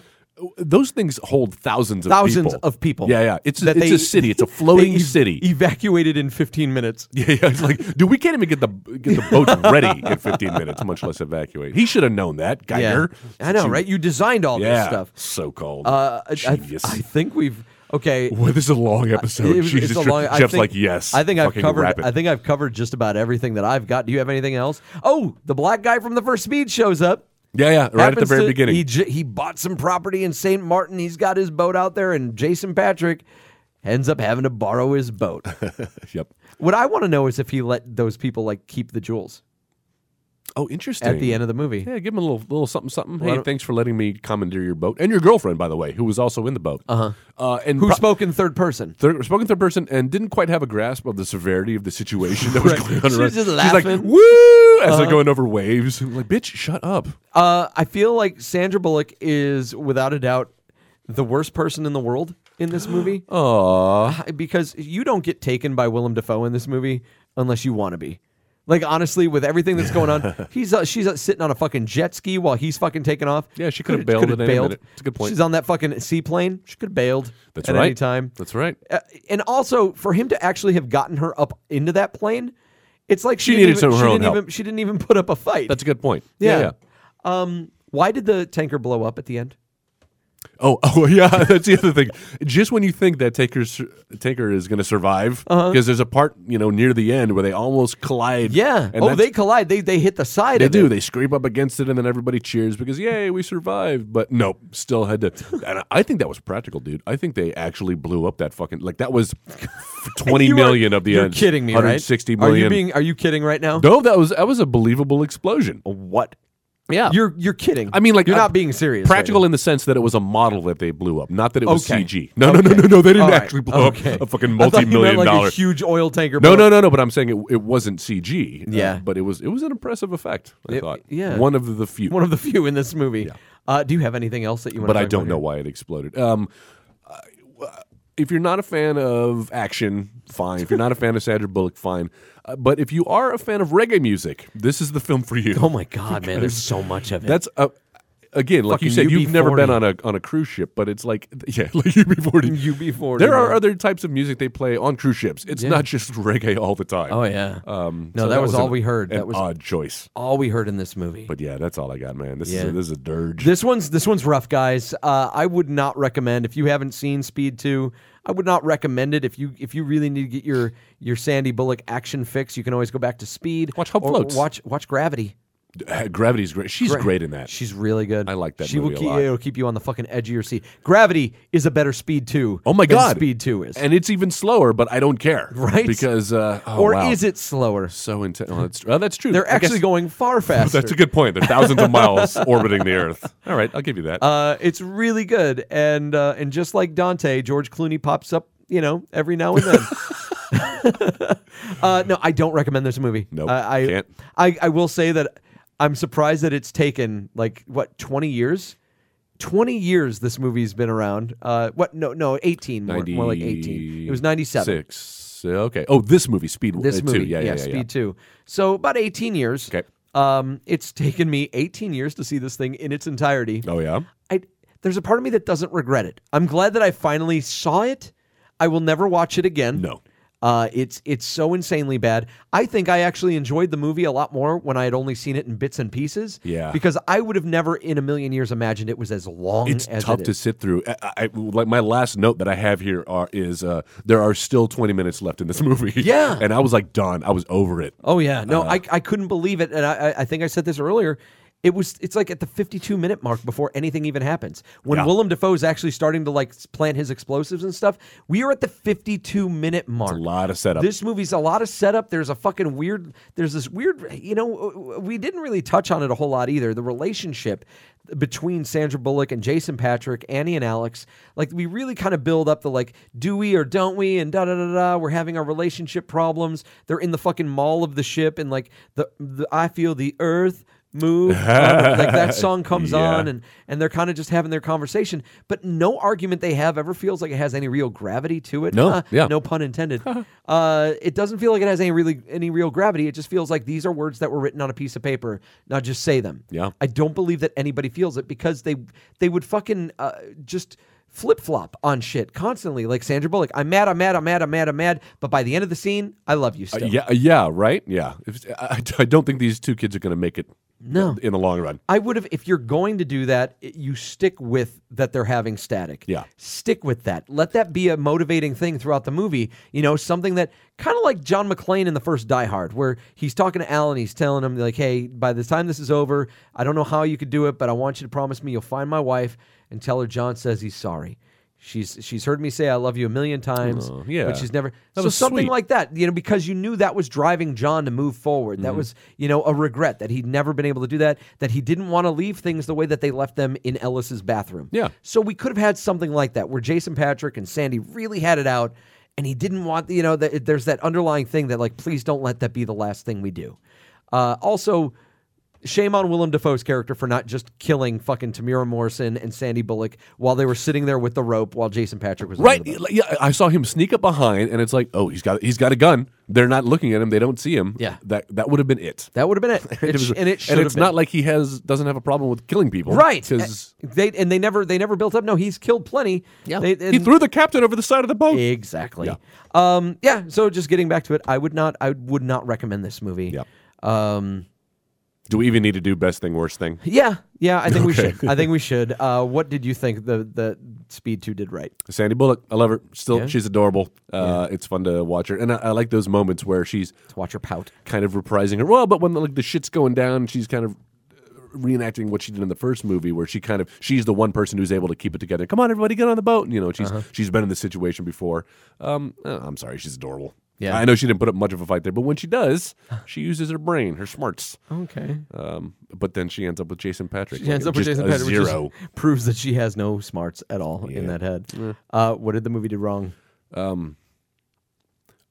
Those things hold thousands of Thousands people. of people. Yeah, yeah. It's a, That it's they- a city. It's a floating They ev- city. Evacuated in 15 minutes. Yeah, yeah. It's like, dude, we can't even get the get the boats ready in 15 minutes, much less evacuate. He should have known that, Geiger. I know, right? You designed all Yeah, this stuff. so called. Uh, I, I, Genius. I think we've okay. Boy, this is a long episode. It was- Jesus, it's a long- I Jeff's think- like, yes. I think I've fucking covered. wrap it. I think I've covered just about everything that I've got. Do you have anything else? Oh, the black guy from the first speed shows up. yeah, yeah. Right at the Happens very to- beginning. he j- he bought some property in Saint Martin. He's got his boat out there, and Jason Patrick ends up having to borrow his boat. yep. what I want to know is if he let those people like keep the jewels. Oh, interesting. at the end of the movie. Yeah, give him a little little something something. Well, I Hey, don't- thanks for letting me commandeer your boat and your girlfriend, by the way, who was also in the boat. Uh-huh. And Who pro- spoke in third person? Third, spoken third person and didn't quite have a grasp of the severity of the situation that was going on. She was around. just She's like, laughing. Uh-huh. "Woo!" as they're going over waves. I'm like, "Bitch, shut up!" Uh, I feel like Sandra Bullock is without a doubt the worst person in the world in this movie. Uh, Aww. because you don't get taken by Willem Dafoe in this movie unless you want to be. Like honestly, with everything that's going on, he's uh, she's uh, sitting on a fucking jet ski while he's fucking taking off. Yeah, she Coulda- coulda bailed coulda at any minute. It's a good point. She's on that fucking seaplane. She could have bailed. That's at right. Any time. That's right. Uh, and also for him to actually have gotten her up into that plane, it's like she, She didn't needed even, some of her she own didn't help. even she didn't even put up a fight. That's a good point. Um, why did the tanker blow up at the end? Oh, oh yeah, that's the other thing. Just when you think that Taker Taker is going to survive, Uh-huh. because there's a part you know near the end where they almost collide. Yeah. and oh, that's- they collide. They they hit the side. they of do. It. They scrape up against it, and then everybody cheers because yay, we survived. But nope, still had to. And I- I think that was practical, dude. I think they actually blew up that fucking like that was twenty You are- million of the You're end. kidding me, right? Are 160 you million. being? Are you kidding right now? no, that was that was a believable explosion. What? Yeah, You're you're kidding. I mean, like you're I- not being serious. right Practical in the sense that it was a model that they blew up, not that it was Okay. CG. No, no, no, no, now. no. They didn't All right. actually blow Okay. up a fucking I thought you meant, multi-million like dollar. a huge oil tanker. no, blow- no, no, no. But I'm saying it, it wasn't CG. uh, Yeah. but it was it was an impressive effect. I It- thought. yeah. one of the few. One of the few in this movie. Uh, do you have anything else that you want? but to I don't know why it exploded. Um, I- if you're not a fan of action, fine. If you're not a fan of Sandra Bullock, fine. Uh, but if you are a fan of reggae music, this is the film for you. Oh my god, man! There's so much of it. That's a. Again, like you Fucking said, you've never UB40. been on a on a cruise ship, but it's like yeah, like UB40. UB40, There are man. other types of music they play on cruise ships. It's not just reggae all the time. oh yeah. Um, no, so that, was, all an- we heard. An That was odd choice. all we heard in this movie. But yeah, that's all I got, man. This is Yeah. a, this is a dirge. This one's this one's rough, guys. Uh, I would not recommend if you haven't seen Speed Two. I would not recommend it if you if you really need to get your your Sandy Bullock action fix. You can always go back to Speed. Watch Hope or Floats. Watch watch Gravity. Gravity's great. She's great in that. She's really good. I like that She will movie a keep lot. it'll keep you on the fucking edge of your seat. Gravity is a better Speed Two. Oh my than god, Speed Two is. and it's even slower. But I don't care, Right? Because uh, oh, or wow. is it slower? so intense? Well, that's, well, that's true. They're I guess- actually going far faster. That's a good point. They're thousands of miles orbiting the Earth. All right, I'll give you that. Uh, it's really good, and uh, and just like Dante, George Clooney pops up, you know, every now and then. uh, no, I don't recommend this movie. Uh, Nope, I, I can't. I, I will say that I'm surprised that it's taken like what 20 years. 20 years this movie's been around. Uh, what? No, no, 18. More, more like 18. It was 97. Six. Okay. Oh, this movie, Speed. This uh, two. movie, Yeah, yeah, yeah, Speed yeah. Two. So about 18 years. Okay. Um, it's taken me 18 years to see this thing in its entirety. Oh yeah. I there's a part of me that doesn't regret it. I'm glad that I finally saw it. I will never watch it again. No. Uh, it's it's so insanely bad. I think I actually enjoyed the movie a lot more when I had only seen it in bits and pieces. Yeah. Because I would have never in a million years imagined it was as long It's as tough it to is. sit through. I, I, like my last note that I have here are is uh, there are still twenty minutes left in this movie. Yeah. and I was like done. I was over it. Oh yeah. Uh-huh. No, I I couldn't believe it, and I I- I think I said this earlier. It was it's like at the 52 minute mark before anything even happens. When Yeah. Willem Dafoe is actually starting to like plant his explosives and stuff, we are at the 52 minute mark. A lot of setup. This movie's a lot of setup. There's a fucking weird. There's this weird. You know, we didn't really touch on it a whole lot either. The relationship between Sandra Bullock and Jason Patrick, Annie and Alex. Like we really kind of build up the like, do we or don't we? And da da da da. We're having our relationship problems. They're in the fucking mall of the ship, and like the, the I feel the earth move Uh, like that song comes Yeah. on and and they're kind of just having their conversation but no argument they have ever feels like it has any real gravity to it No, Uh, yeah. no pun intended. uh, it doesn't feel like it has any really any real gravity. It just feels like these are words that were written on a piece of paper. Now just say them. Yeah. I don't believe that anybody feels it because they they would fucking uh, just flip flop on shit constantly. Like Sandra Bullock, I'm mad, I'm mad, I'm mad, I'm mad, I'm mad. But by the end of the scene, I love you Uh, still. yeah, yeah, right. Yeah, If- I, I don't think these two kids are going to make it. No. in the long run. I would have, if you're going to do that, it- you stick with that they're having static. Yeah. Stick with that. Let that be a motivating thing throughout the movie. You know, something that kind of like John McClane in the first Die Hard, where he's talking to Al and he's telling him, like, hey, by the time this is over, I don't know how you could do it, but I want you to promise me you'll find my wife and tell her John says he's sorry. She's she's heard me say I love you a million times, Aw, Oh, yeah. but she's never That so was something sweet. like that, you know, because you knew that was driving John to move forward. Mm-hmm. That was, you know, a regret that he'd never been able to do that, that he didn't want to leave things the way that they left them in Ellis's bathroom. Yeah. So we could have had something like that where Jason Patrick and Sandy really had it out and he didn't want, you know, that there's that underlying thing that like please don't let that be the last thing we do. Uh, also Shame on Willem Dafoe's character for not just killing fucking Tamira Morrison and Sandy Bullock while they were sitting there with the rope while Jason Patrick was under Right? the boat. Yeah, I saw him sneak up behind, and it's like, oh, he's got he's got a gun. They're not looking at him. They don't see him. Yeah. that that would have been it. That would have been it. It was- sh- and it should and have it's been. not like he has doesn't have a problem with killing people, right Because Uh, they and they never they never built up. No, he's killed plenty. yeah, They- he and- threw the captain over the side of the boat. exactly. Yeah. Um, yeah. So just getting back to it, I would not I would not recommend this movie. Yep. Um, Do we even need to do best thing, worst thing? yeah. Yeah. I think we Okay. should. I think we should. Uh, what did you think the the Speed Two did right? Sandy Bullock, I love her. Still, Yeah. she's adorable. Uh, It's fun to watch her, and I, I like those moments where she's To watch her pout. kind of reprising her well, but when like the shit's going down, she's kind of uh, reenacting what she did in the first movie, where she kind of she's the one person who's able to keep it together. Come on, everybody, get on the boat. And, you know, she's Uh-huh. she's been in this situation before. Um, uh, I'm sorry, she's adorable. Yeah. I know she didn't put up much of a fight there, but when she does, she uses her brain, her smarts. Okay. Um, but then she ends up with Jason Patrick. She ends Like, up with just Jason a Patrick, which Zero. just proves that she has no smarts at all in Yeah. that head. Uh, what did the movie do wrong?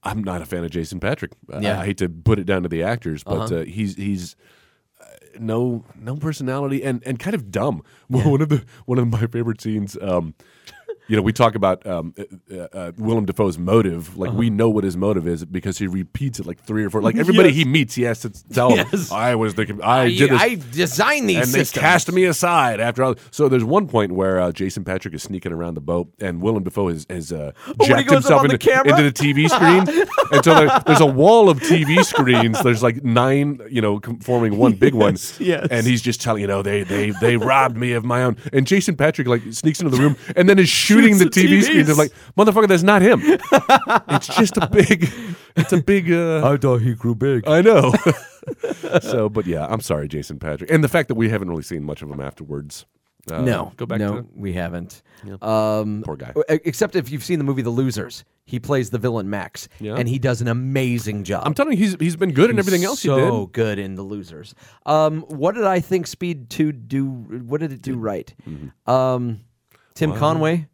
I'm not a fan of Jason Patrick. I- Yeah. I, hate to put it down to the actors, but uh he's he's uh, no no personality and and kind of dumb. One of the one of my favorite scenes. Um, you know, we talk about um, uh, uh, Willem Dafoe's motive. Like we know what his motive is because he repeats it like three or four. Like everybody he meets, he has to tell Yes. him, "I was the com- I did this." designed these and they cast me aside after all. So there's one point where uh, Jason Patrick is sneaking around the boat, and Willem Dafoe has, has uh, when he jacked goes up himself on the into, camera? into the TV screen. and so there, there's a wall of TV screens. There's like nine, you know, com- forming one big one. yes. And he's just telling, you know, they they they robbed me of my own. And Jason Patrick like sneaks into the room and then is shooting Shoots the the TV screens. TVs. I'm like, motherfucker, that's not him. it's just a big, it's a big. Uh, I thought he grew big. I know. so, but yeah, I'm sorry, Jason Patrick, and the fact that we haven't really seen much of him afterwards. Uh, no, go back No, to we haven't. Um, Poor guy. e- Except if you've seen the movie The Losers, he plays the villain Max, Yeah. and he does an amazing job. I'm telling you, he's he's been good in everything else so he did. good in The Losers. Um, what did I think Speed Two do? What did it do right? Mm-hmm. Um, Tim Conway.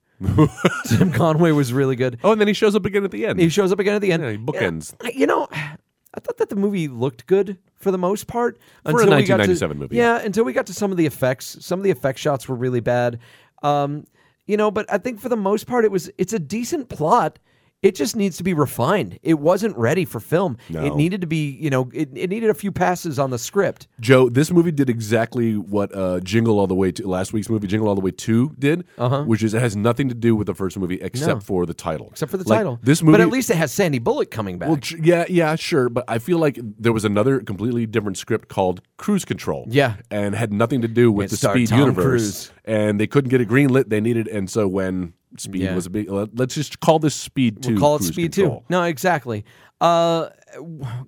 Tim Conway was really good. Oh, and then he shows up again at the end. He shows up again at the end. Yeah, he bookends. Yeah, I- you know, I thought that the movie looked good for the most part. a 1997 to, movie, Yeah, until we got to some of the effects. Some of the effect shots were really bad. Um, you know, but I think for the most part, it was it's a decent plot. It just needs to be refined. It wasn't ready for film. It No. needed to be, you know, it, it needed a few passes on the script. Joe, this movie did exactly what uh, Jingle All the Way to last week's movie, Jingle All the Way Two, did, uh-huh. which is it has nothing to do with the first movie except No. for the title. Except for the Like, title. This movie, But at least it has Sandy Bullock coming back. Well, tr- yeah, yeah, sure, but I feel like there was another completely different script called Cruise Control. Yeah. and had nothing to do with It the starred Speed Tom universe, Cruise. and they couldn't get it greenlit. They needed, and so when Speed Yeah. was a big, let- let's just call this Speed Two. We'll call it Cruise Speed Control. Two. No, exactly. Uh,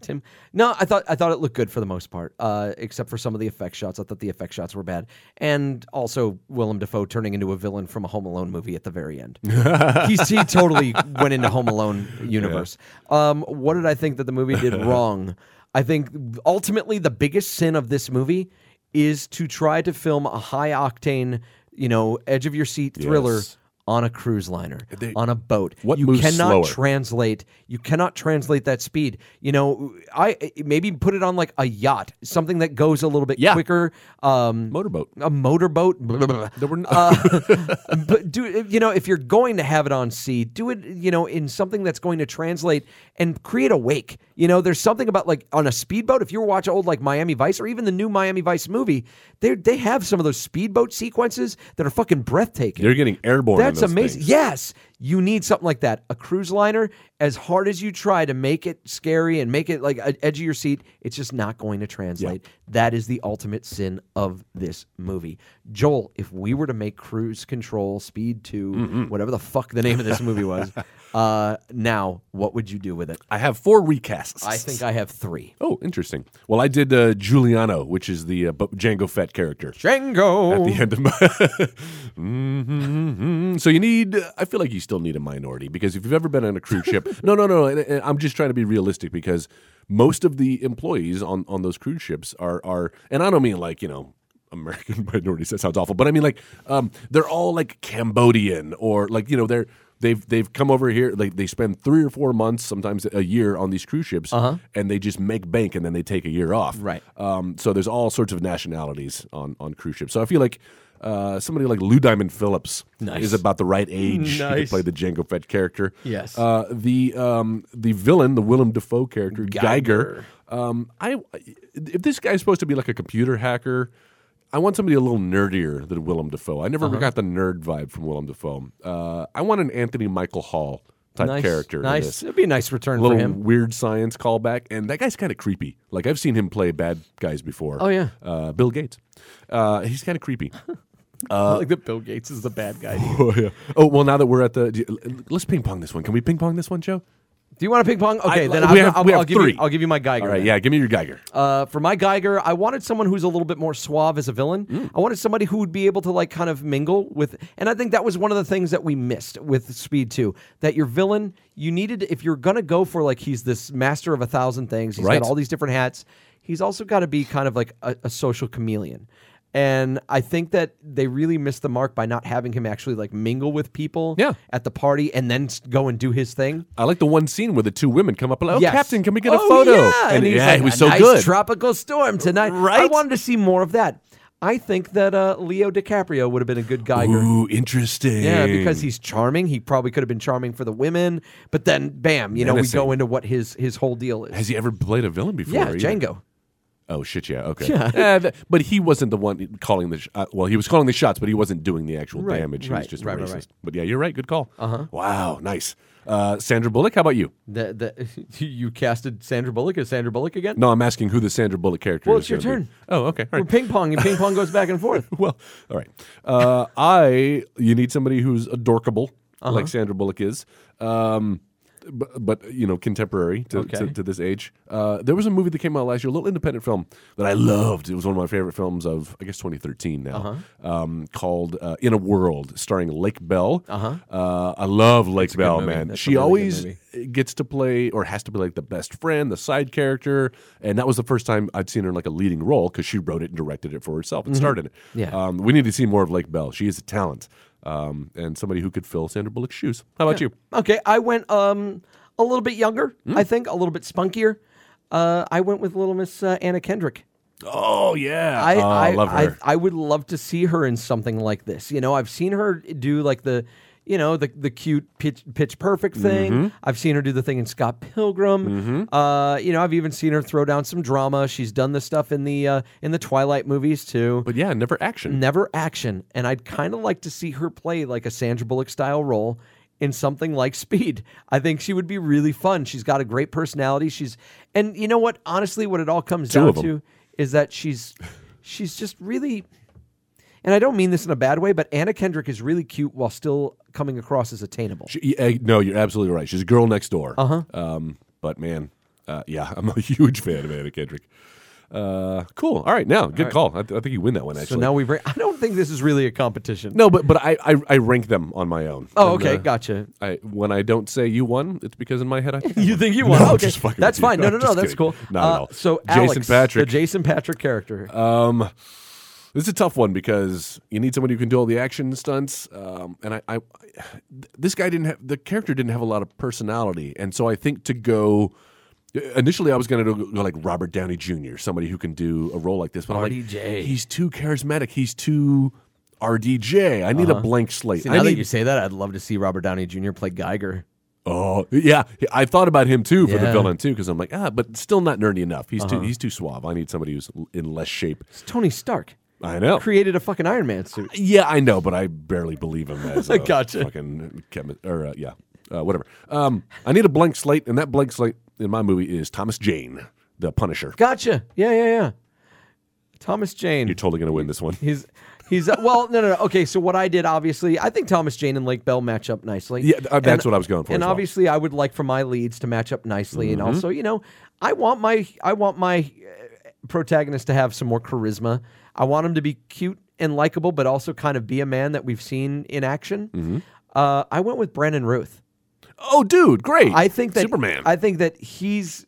Tim, no, I thought I thought it looked good for the most part, uh, except for some of the effect shots. I thought the effect shots were bad, and also Willem Dafoe turning into a villain from a Home Alone movie at the very end. He's, he totally went into Home Alone universe. Um, what did I think that the movie did wrong? I think ultimately the biggest sin of this movie is to try to film a high octane, you know, edge of your seat thriller Yes. on a cruise liner, on a boat. what you moves cannot slower? translate. You cannot translate that speed. You know, I maybe put it on like a yacht, something that goes a little bit Yeah. quicker. Um, Motorboat. a motorboat. blah, blah, blah. There were no- Uh, but do you know if you're going to have it on sea, do it you know in something that's going to translate and create a wake. You know, there's something about like on a speedboat. If you're watching old like Miami Vice or even the new Miami Vice movie, they they have some of those speedboat sequences that are fucking breathtaking. They're getting airborne. in That's those amazing. things. Yes. You need something like that. A cruise liner, as hard as you try to make it scary and make it like a edge of your seat, it's just not going to translate. That is the ultimate sin of this movie. Joel, if we were to make Cruise Control, Speed 2, whatever the fuck the name of this movie was, uh, now what would you do with it? I have four recasts. I think I have three. Oh, interesting. Well, I did uh, Giuliano, which is the uh, Bu- Django Fett character. Django. At the end of my. Mhm. So you need. I feel like you still need a minority because if you've ever been on a cruise ship, no, no, no. and- and I'm just trying to be realistic because most of the employees on on those cruise ships are are, and I don't mean like you know. American minorities. That sounds awful, but I mean, like, um, they're all like Cambodian or like you know they're they've they've come over here. Like they spend three or four months, sometimes a year, on these cruise ships, and they just make bank, and then they take a year off. Right. Um, so there's all sorts of nationalities on on cruise ships. So I feel like uh, somebody like Lou Diamond Phillips is about the right age to Nice. play the Django Fett character. Yes. Uh, the um, the villain, the Willem Dafoe character, Geiger. um, I if this guy's supposed to be like a computer hacker. I want somebody a little nerdier than Willem Dafoe. I never Uh-huh. got the nerd vibe from Willem Dafoe. Uh, I want an Anthony Michael Hall type nice, character. in this Nice. It'd be a nice return for little him. weird science callback, and that guy's kind of creepy. Like I've seen him play bad guys before. Oh, yeah. uh, Bill Gates. Uh, he's kind of creepy. like that Bill Gates is the bad guy. uh, Do oh yeah. Oh well, now that we're at the, do you- let's ping pong this one. Can we ping pong this one, Joe? you want to ping pong? Okay, I- then we I'll, have- I'll, we have I'll give three. you. I'll give you my Geiger. All right, then. yeah. Give me your Geiger. Uh, for my Geiger, I wanted someone who's a little bit more suave as a villain. Mm. I wanted somebody who would be able to like kind of mingle with, and I think that was one of the things that we missed with Speed Two. That your villain, you needed if you're gonna go for like he's this master of a thousand things. He's Right. got all these different hats. He's also got to be kind of like a, a social chameleon. And I think that they really missed the mark by not having him actually like mingle with people Yeah. at the party and then s- go and do his thing. I like the one scene where the two women come up and like, "Oh, Yes. Captain, can we get a Oh, photo?" Yeah, and, he's yeah, like, it was "A so nice good. Tropical storm tonight. I Right? wanted to see more of that. I think that uh, Leo DiCaprio would have been a good Geiger. Ooh, interesting. Yeah, because he's charming. He probably could have been charming for the women, but then, bam! You know, we Menacing. go into what his his whole deal is. has he ever played a villain before? yeah, either? Django. Oh shit! Yeah. Okay. Yeah. that- but he wasn't the one calling the. Sh- uh, well, he was calling the shots, but he wasn't doing the actual Right, damage. He was right, just right, racist. right, right. But yeah, you're right. Good call. Uh-huh. Wow. Nice. Uh, Sandra Bullock. How about you? The, the, you casted Sandra Bullock as Sandra Bullock again. No, I'm asking who the Sandra Bullock character Well, it's is. your gonna be. turn. Oh, okay. All We're right. ping pong, and ping pong goes back and forth. well, all right. Uh, I. You need somebody who's adorkable, Uh-huh. like Sandra Bullock is. Um, but, but you know, contemporary to, Okay. to, to this age. Uh, there was a movie that came out last year, a little independent film that I loved. It was one of my favorite films of, I guess, 2013 now, Uh-huh. um, called uh, In a World, starring Lake Bell. Uh-huh. I love Lake Bell, movie. man. That's a she really good always movie. gets to play or has to be like the best friend, the side character. And that was the first time I'd seen her in like a leading role because she wrote it and directed it for herself and started it. Mm-hmm. Yeah. Um, we need to see more of Lake Bell. She is a talent um, and somebody who could fill Sandra Bullock's shoes. How about you? Okay, I went um a little bit younger. Mm. I think a little bit spunkier. Uh, I went with Little Miss uh, Anna Kendrick. Oh yeah, I, Oh, I, I love I, her. I would love to see her in something like this. You know, I've seen her do like the, you know, the the cute pitch pitch perfect thing. Mm-hmm. I've seen her do the thing in Scott Pilgrim. Uh, you know, I've even seen her throw down some drama. She's done the stuff in the uh, in the Twilight movies too. but yeah, never action. Never action, and I'd kind of like to see her play like a Sandra Bullock style role in something like Speed. I think she would be really fun. She's got a great personality. She's and you know what? Honestly, what it all comes Two down of 'em. to is that she's she's just really. And I don't mean this in a bad way, but Anna Kendrick is really cute while still coming across as attainable. She- eh, no, you're absolutely right. She's a girl next door. Uh Uh-huh. huh. Um, but man, uh, yeah, I'm a huge fan of Anna Kendrick. Uh, cool. All right, now good call. I, th- I think you win that one. Actually, so now we bring. I don't think this is really a competition. no, but but I, I I rank them on my own. Oh, And, okay, uh, gotcha. I when I don't say you won, it's because in my head I think I You won. think you No, won? I'm okay, just fucking that's with you. fine. No, I'm no, no, just that's kidding. cool. Not at Uh, all. So, Jason Alex, Patrick. the Jason Patrick character. Um, this is a tough one because you need somebody who can do all the action stunts. Um, and I, I, this guy didn't have the character didn't have a lot of personality, and so I think to go. Initially, I was going to go go like Robert Downey Jr., somebody who can do a role like this, but I'm like, RDJ. he's too charismatic. He's too RDJ. I need a blank slate. Uh-huh. See, I now that need, you say that, I'd love to see Robert Downey Jr. play Geiger. oh yeah, I thought about him too for the Yeah. Uh-huh. villain too because I'm like ah, but still not nerdy enough. He's too he's too suave. I need somebody who's in less shape. It's Tony Stark. I know. created a fucking Iron Man suit. Yeah, I know, but I barely believe him as a Gotcha. fucking chemi- or uh, yeah, uh, whatever. Um, I need a blank slate, and that blank slate in my movie is Thomas Jane, the Punisher. Gotcha. Yeah, yeah, yeah. Thomas Jane. You're totally gonna win this one. He's he's uh, well, no, no, no. Okay, so what I did, obviously, I think Thomas Jane and Lake Bell match up nicely. Yeah, th- uh, that's what I was going for And as well. obviously, I would like for my leads to match up nicely, and also, you know, I want my I want my uh, protagonist to have some more charisma. I want him to be cute and likable, but also kind of be a man that we've seen in action. Uh, I went with Brandon Ruth. Oh, dude, great! I think that Superman. I think that he's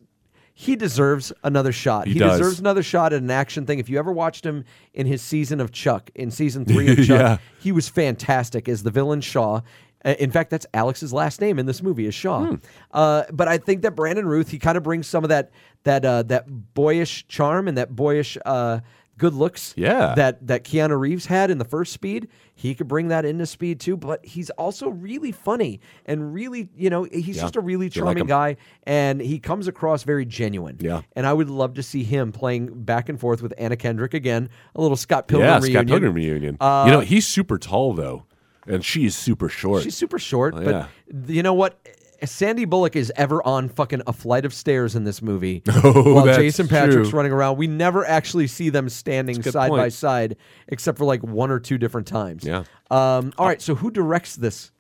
he deserves another shot. He, does. deserves another shot at an action thing. If you ever watched him in his season of Chuck, in season three of Chuck, Yeah. he was fantastic as the villain Shaw. Uh, In fact, that's Alex's last name in this movie is Shaw. Hmm. Uh, but I think that Brandon Ruth he kind of brings some of that that uh, that boyish charm and that boyish uh, good looks Yeah. that that Keanu Reeves had in the first Speed. He could bring that into Speed too. But he's also really funny and really you know he's just a really You like charming him. guy and he comes across very genuine. Yeah. And I would love to see him playing back and forth with Anna Kendrick again, a little Scott Pilgrim yeah, reunion. Scott Pilgrim reunion. Uh, you know, he's super tall though, and she is super short. She's super short, Oh, but yeah. th- you know what? Sandy Bullock is ever on fucking a flight of stairs in this movie. while that's Jason Patrick's true. running around, we never actually see them standing That's a good side by point. side, except for like one or two different times. Yeah. Um, all right. So who directs this?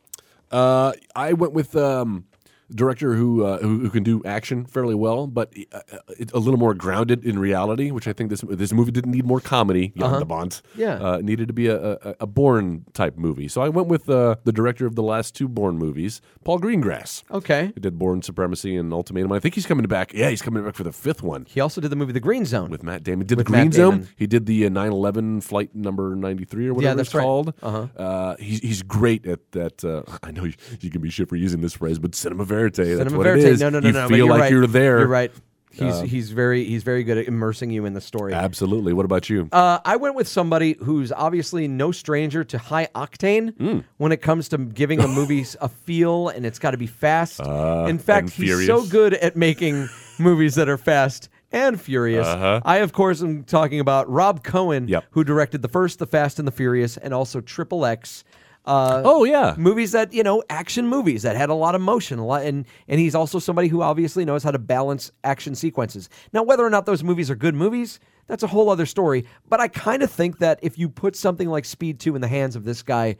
Uh, I went with um, a director who, uh, who who can do action fairly well, but uh, uh, it's a little more grounded in reality, which I think this this movie didn't need more comedy. Jan de Bont. Yeah. uh, it needed to be a, a, a Bourne type movie. So I went with uh, the director of the last two Bourne movies, Paul Greengrass. Okay. He did Bourne Supremacy and Ultimatum. I think he's coming back. Yeah, he's coming back for the fifth one He also did the movie The Green Zone. with Matt Damon. Did With the Green Matt Zone? Damon. He did the uh, 9/11 flight number 93 or whatever that's it's right. called. Uh-huh. he's he's great at that. Uh, I know you, you can be shit for using this phrase, but cinema verite. that's Cinema what Verite. it is. No, no, no, you no. but feel you're like right. you're there. Uh, You're right. He's he's very he's very good at immersing you in the story. Absolutely. What about you? Uh, I went with somebody who's obviously no stranger to high octane Hmm. when it comes to giving a movie a feel, and it's got to be fast. In fact, Uh, and he's so furious. good at making movies that are fast and furious. I, of course, am talking about Rob Cohen, Uh-huh. Yep. who directed the first The Fast and the Furious, and also Triple X. Uh, oh yeah. movies that you know action movies that had a lot of motion a lot and and he's also somebody who obviously knows how to balance action sequences now whether or not those movies are good movies that's a whole other story but i kind of think that if you put something like speed 2 in the hands of this guy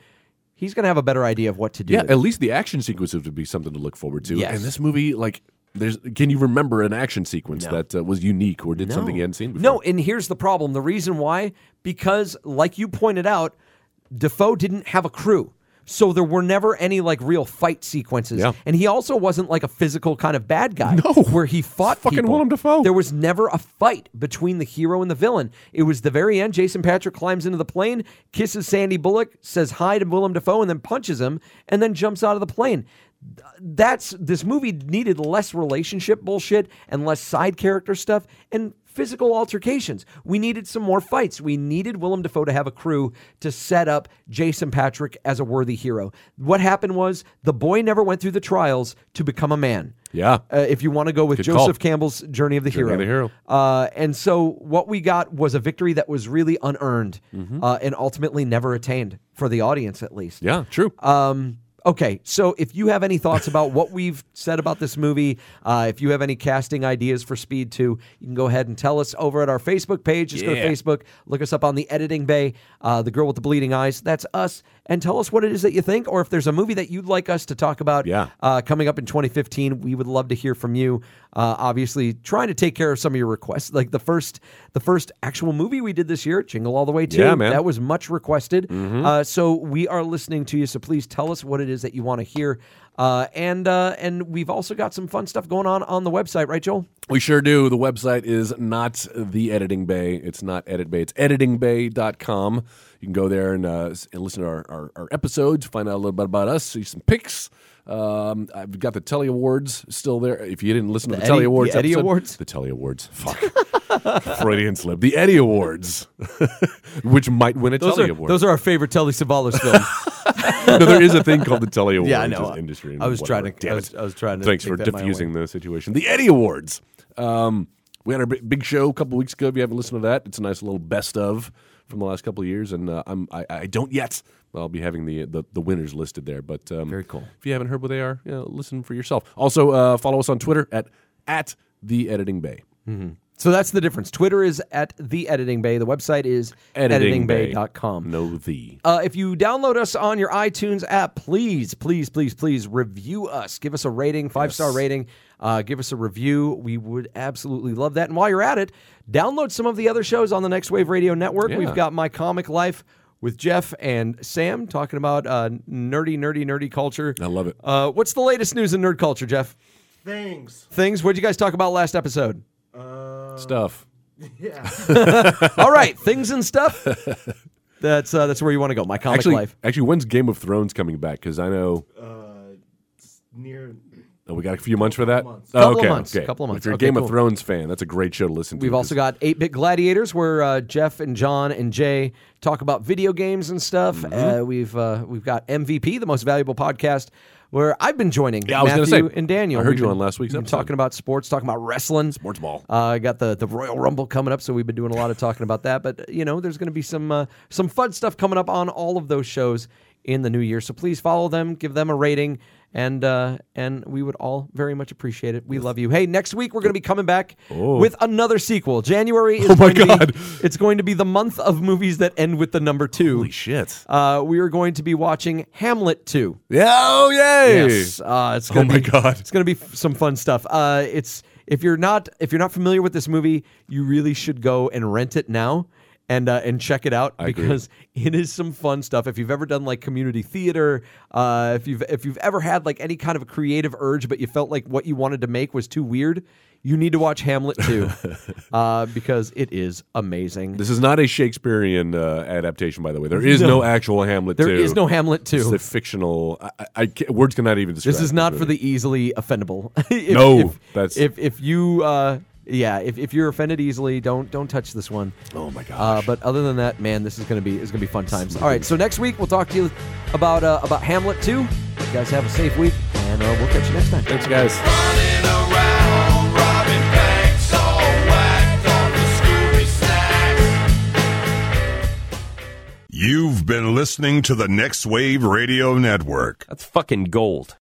he's going to have a better idea of what to do Yeah, with it. at least the action sequences would be something to look forward to. Yes. And this movie, like, there's can you remember an action sequence that uh, was unique or did something you hadn't seen before? No, and here's the problem. The reason why, because like you pointed out, Defoe didn't have a crew. So there were never any like real fight sequences. Yeah. And he also wasn't like a physical kind of bad guy. No. Where he fought Fucking people. Willem Dafoe. There was never a fight between the hero and the villain. It was the very end. Jason Patrick climbs into the plane, kisses Sandy Bullock, says hi to Willem Dafoe, and then punches him, and then jumps out of the plane that's this movie needed less relationship bullshit and less side character stuff and physical altercations. We needed some more fights. We needed Willem Dafoe to have a crew to set up Jason Patrick as a worthy hero. What happened was the boy never went through the trials to become a man. Yeah. Uh, if you want to go with Good call. Joseph Campbell's Journey of the Journey Hero. of the Hero. Uh, and so what we got was a victory that was really unearned Mm-hmm. uh, and ultimately never attained for the audience, at least. Yeah, true. Um, okay, so if you have any thoughts about what we've said about this movie, uh, if you have any casting ideas for Speed 2, you can go ahead and tell us over at our Facebook page. Just go Yeah. to Facebook, look us up on the editing bay, uh, The Girl with the Bleeding Eyes. That's us. And tell us what it is that you think, or if there's a movie that you'd like us to talk about Yeah. uh, coming up in 2015. We would love to hear from you. Uh, obviously, trying to take care of some of your requests. Like the first, the first actual movie we did this year, Jingle All the Way 2. Yeah, man. Mm-hmm. That was much requested. Uh, so we are listening to you. So please tell us what it is that you want to hear. Uh, and uh, and we've also got some fun stuff going on on the website, right, Joel? We sure do. The website is not the Editing Bay. It's not Edit Bay. It's editingbay.com. You can go there and, uh, s- and listen to our, our, our episodes, find out a little bit about us, see some pics. Um, I've got the Telly Awards still there. If you didn't listen to the, The Telly Eddie- Awards, the Eddie episode- Awards? the Telly Awards, fuck, Freudian slip. The Eddie Awards, which might win a Telly Award. those are our favorite Telly Savalas films. no, there is a thing called the Telly Awards. Yeah, I know. It's industry. I was whatever. trying to- Damn I it. was- I was trying to Thanks take for that my way. diffusing the situation. The Eddie Awards. Um, we had our big big show a couple weeks ago. If you haven't listened to that, it's a nice little best of from the last couple of years, and uh, I'm I, I don't yet. I'll be having the the, the winners listed there, but um, Very cool. If you haven't heard what they are, you know, listen for yourself. Also, uh, follow us on Twitter at at the Editing Bay. So that's the difference. Twitter is at the Editing Bay. The website is editingbay.com. No the. Uh, if you download us on your iTunes app, please, please, please, please review us. Give us a rating, five star rating. Uh, give us a review. We would absolutely love that. And while you're at it, download some of the other shows on the Next Wave Radio Network. We've Yeah. got My Comic Life with Jeff and Sam talking about uh, nerdy, nerdy, nerdy culture. I love it. Uh, what's the latest news in nerd culture, Jeff? Things. Things? What'd you guys talk about last episode? Stuff. Yeah. All right, things and stuff. That's uh, that's where you want to go. My Comic Actually, Life. actually, when's Game of Thrones coming back? Because I know Near. oh, we got a few months for that. months. Oh, Couple of okay, months, okay. couple of months. If you're Okay, a Game cool. of Thrones fan, that's a great show to listen to. We've also got 8 Bit Gladiators, where uh, Jeff and John and Jay talk about video games and stuff. Mm-hmm. Uh, we've uh, we've got MVP, the most valuable podcast, where I've been joining Yeah, I was Matthew gonna say, and Daniel. I heard We've you been- on last week's we've been episode. talking about sports, talking about wrestling. Sports ball. Uh, got the, the Royal Rumble coming up, so we've been doing a lot of talking about that. But you know, there's going to be some uh, some fun stuff coming up on all of those shows in the new year. So please follow them, give them a rating, and uh, and we would all very much appreciate it. We love you. Hey, next week we're going to be coming back with another sequel. January is Oh going my to be- God. it's going to be the month of movies that end with the number two. Holy shit! Uh, we are going to be watching Hamlet two. yeah. Oh yay! Yes. Uh, it's Oh gonna my be, God. It's gonna be f- some fun stuff. Uh, it's if you're not if you're not familiar with this movie, you really should go and rent it now. And, uh, and check it out agree. because it is some fun stuff. If you've ever done like community theater, uh, if you've if you've ever had like any kind of a creative urge, but you felt like what you wanted to make was too weird, you need to watch Hamlet too, uh, because it is amazing. This is not a Shakespearean uh, adaptation, by the way. There is no, actual Hamlet. There There is is no Hamlet It's two. a fictional. I, I, I can't- words cannot even describe. This is not for movie. the easily offendable. if, No, if, that's- if if you uh, yeah if, if you're offended easily, don't don't touch this one. Oh my god! Uh, but other than that, man, this is gonna be is gonna be fun times. All right, so next week we'll talk to you about uh, about Hamlet two. You guys have a safe week, and uh, we'll catch you next time. Thanks, guys. Running around, robbing banks, all whacked off the Scooby Snacks. You've been listening to the Next Wave Radio Network. That's fucking gold.